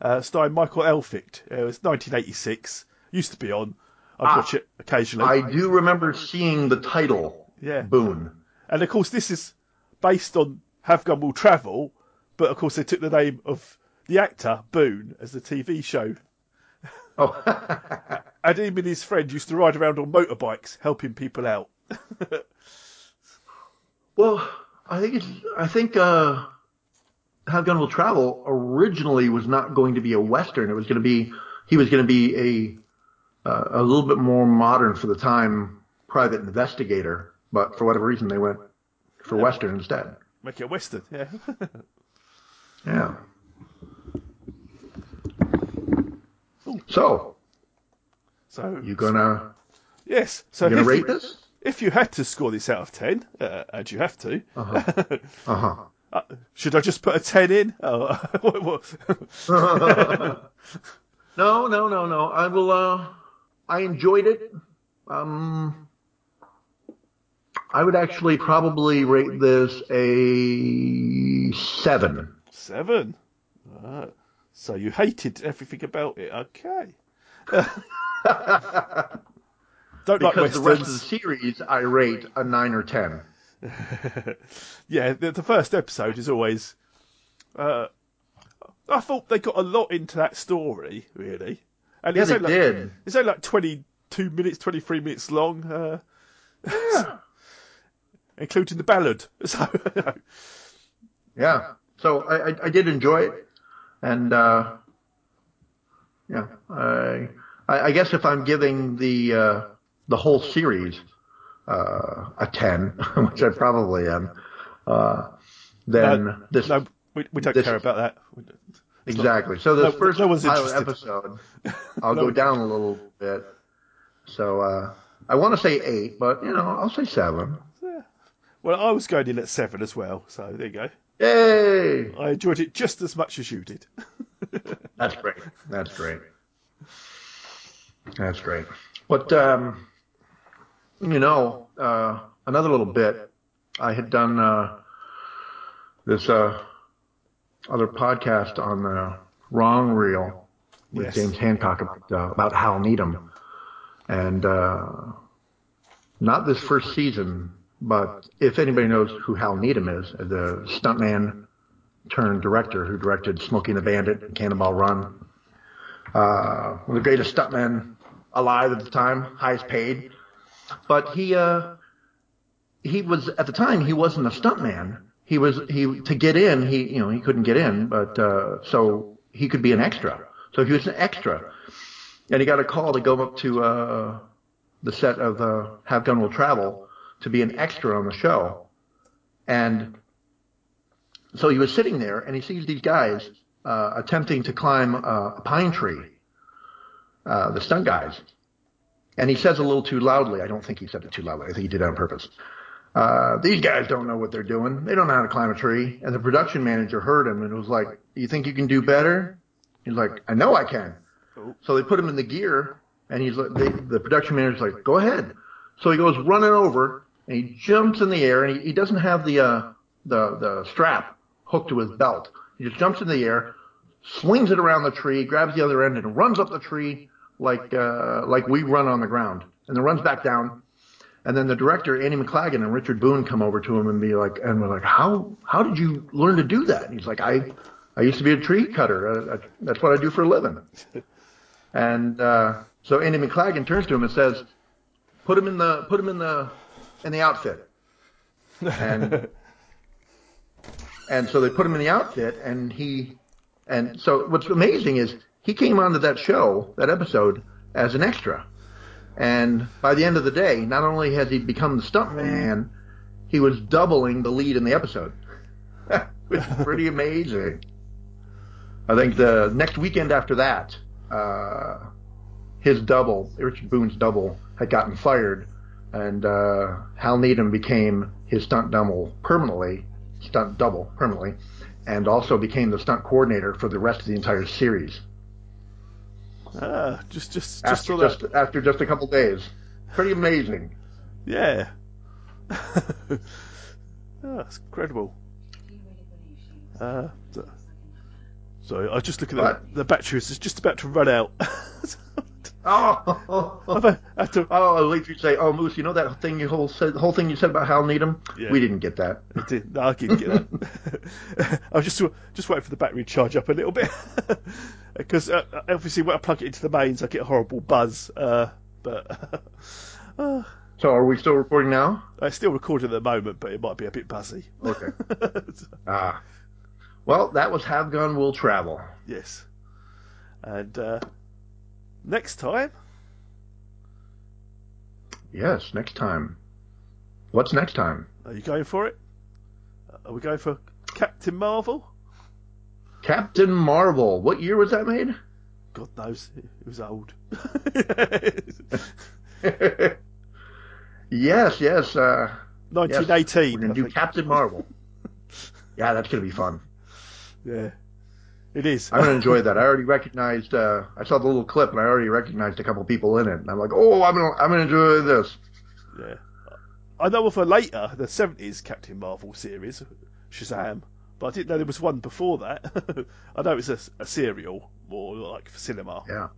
[SPEAKER 3] uh, starring Michael Elphick. It was 1986. Used to be on. I'd
[SPEAKER 4] Ah,
[SPEAKER 3] watch it occasionally.
[SPEAKER 4] I do remember seeing the title.
[SPEAKER 3] Yeah.
[SPEAKER 4] Boone.
[SPEAKER 3] And of course, this is based on Have Gun Will Travel, but of course, they took the name of the actor Boone as the TV show.
[SPEAKER 4] Oh.
[SPEAKER 3] And him and his friend used to ride around on motorbikes helping people out.
[SPEAKER 4] Well, I think it's, I think uh, How Gun Will Travel originally was not going to be a western. It was going to be he was going to be a uh, a little bit more modern for the time, private investigator. But for whatever reason, they went for western instead.
[SPEAKER 3] Make it a western, yeah.
[SPEAKER 4] Yeah. So
[SPEAKER 3] so
[SPEAKER 4] you gonna
[SPEAKER 3] Yes. So
[SPEAKER 4] you gonna
[SPEAKER 3] if
[SPEAKER 4] rate
[SPEAKER 3] you,
[SPEAKER 4] this?
[SPEAKER 3] If you had to score this out of ten, uh, and you have to,
[SPEAKER 4] Uh huh.
[SPEAKER 3] uh, should I just put a ten in? Oh, what- what-
[SPEAKER 4] No, no, no, no. I will. Uh, I enjoyed it. Um, I would actually probably rate this a seven.
[SPEAKER 3] Seven. Ah, so you hated everything about it. Okay. Don't like
[SPEAKER 4] Because the rest of the
[SPEAKER 3] westerns.
[SPEAKER 4] series, I rate a nine or ten.
[SPEAKER 3] yeah, the, the first episode is always. Uh, I thought they got a lot into that story, really. And
[SPEAKER 4] Yeah,
[SPEAKER 3] it's
[SPEAKER 4] they
[SPEAKER 3] only like,
[SPEAKER 4] did.
[SPEAKER 3] It's only like twenty-two minutes, twenty-three minutes long, uh, including the ballad. So
[SPEAKER 4] Yeah. So I, I, I did enjoy it, and uh, yeah, I, I I guess if I'm giving the uh, the whole series, uh, a 10, which I probably am, uh, then
[SPEAKER 3] No,
[SPEAKER 4] this.
[SPEAKER 3] no, we, we don't
[SPEAKER 4] this-
[SPEAKER 3] care about that. We don't- it's not-
[SPEAKER 4] Exactly. So this
[SPEAKER 3] no,
[SPEAKER 4] first
[SPEAKER 3] no one's
[SPEAKER 4] pilot
[SPEAKER 3] interested.
[SPEAKER 4] episode, I'll
[SPEAKER 3] No
[SPEAKER 4] go
[SPEAKER 3] one-
[SPEAKER 4] down a little bit. So uh, I want to say eight, but you know I'll say seven.
[SPEAKER 3] Well, I was going in at seven as well, so there you go.
[SPEAKER 4] Yay!
[SPEAKER 3] I enjoyed it just as much as you did.
[SPEAKER 4] That's great. That's great. That's great. But um, you know, uh, another little bit. I had done uh, this uh, other podcast on the Wrong Reel with
[SPEAKER 3] Yes.
[SPEAKER 4] James Hancock about, uh, about Hal Needham, and uh, not this first season, but if anybody knows who Hal Needham is, the stuntman turned director who directed Smoking the Bandit and Cannonball Run, uh, one of the greatest stuntmen alive at the time, highest paid. But he uh, he was at the time he wasn't a stuntman. He was he to get in he you know he couldn't get in, but uh, so he could be an extra. So he was an extra, and he got a call to go up to uh, the set of uh, Have Gun Will Travel to be an extra on the show, and so he was sitting there and he sees these guys uh, attempting to climb uh, a pine tree, uh, the stunt guys. And he says a little too loudly. I don't think he said it too loudly. I think he did it on purpose. Uh, these guys don't know what they're doing. They don't know how to climb a tree. And the production manager heard him and was like, You think you can do better? He's like, I know I can. So they put him in the gear and he's like, they, the production manager's like, Go ahead. So he goes running over and he jumps in the air and he, he doesn't have the, uh, the, the strap hooked to his belt. He just jumps in the air, swings it around the tree, grabs the other end, and runs up the tree like uh, like we run on the ground, and then runs back down. And then the director Andy McLagan and Richard Boone come over to him and be like, and we're like, how how did you learn to do that? And he's like, I I used to be a tree cutter. I, I, that's what I do for a living. And uh, so Andy McLagan turns to him and says, put him in the put him in the in the outfit. And and so they put him in the outfit and he and so what's amazing is he came onto that show that episode as an extra and by the end of the day not only has he become the stuntman he was doubling the lead in the episode which is pretty amazing i think the next weekend after that uh, his double richard boone's double had gotten fired and uh, hal needham became his stunt double permanently stunt double permanently, and also became the stunt coordinator for the rest of the entire series.
[SPEAKER 3] Ah, just, just, just
[SPEAKER 4] After
[SPEAKER 3] so
[SPEAKER 4] just,
[SPEAKER 3] that.
[SPEAKER 4] after just a couple days, pretty amazing.
[SPEAKER 3] Yeah. Ah, that's incredible. Uh, so- sorry, I was just looking at
[SPEAKER 4] Right.
[SPEAKER 3] the battery. It's just about to run out.
[SPEAKER 4] Oh, oh, at least you say, oh, Moose, you know that thing you whole said, the whole thing you said about Hal Needham?
[SPEAKER 3] Yeah.
[SPEAKER 4] We didn't get that.
[SPEAKER 3] I did. No, I didn't get that. I was just just waiting for the battery to charge up a little bit because uh, obviously when I plug it into the mains, I get a horrible buzz. Uh, but uh,
[SPEAKER 4] So are we still recording now?
[SPEAKER 3] it's still recorded at the moment, but it might be a bit buzzy.
[SPEAKER 4] Okay. ah, well, that was Have Gun Will Travel.
[SPEAKER 3] Yes. And uh, next time,
[SPEAKER 4] Yes, next time. What's next time?
[SPEAKER 3] are you going for it? Are we going for Captain Marvel?
[SPEAKER 4] Captain Marvel. What year was that made?
[SPEAKER 3] God knows, it was old.
[SPEAKER 4] yes, yes. Uh,
[SPEAKER 3] 1918,
[SPEAKER 4] We're gonna
[SPEAKER 3] I
[SPEAKER 4] do
[SPEAKER 3] think.
[SPEAKER 4] Captain Marvel. yeah, that's gonna be fun.
[SPEAKER 3] yeah, it is.
[SPEAKER 4] I'm gonna enjoy that. I already recognized. Uh, I saw the little clip, and I already recognized a couple people in it. And I'm like, oh, I'm gonna, I'm gonna enjoy this.
[SPEAKER 3] Yeah. I know of a later, the 70s Captain Marvel series, Shazam, but I didn't know there was one before that. I know it's a, a serial, more like for cinema,
[SPEAKER 4] Yeah,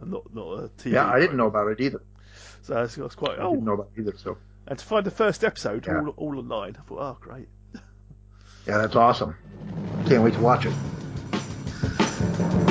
[SPEAKER 3] and not, not a TV.
[SPEAKER 4] yeah. I didn't know about it either.
[SPEAKER 3] So that's, that's quite.
[SPEAKER 4] I didn't
[SPEAKER 3] Oh,
[SPEAKER 4] know about it either. So
[SPEAKER 3] and to find the first episode
[SPEAKER 4] Yeah.
[SPEAKER 3] all, all online, I thought, oh, great.
[SPEAKER 4] yeah, that's awesome. Can't wait to watch it.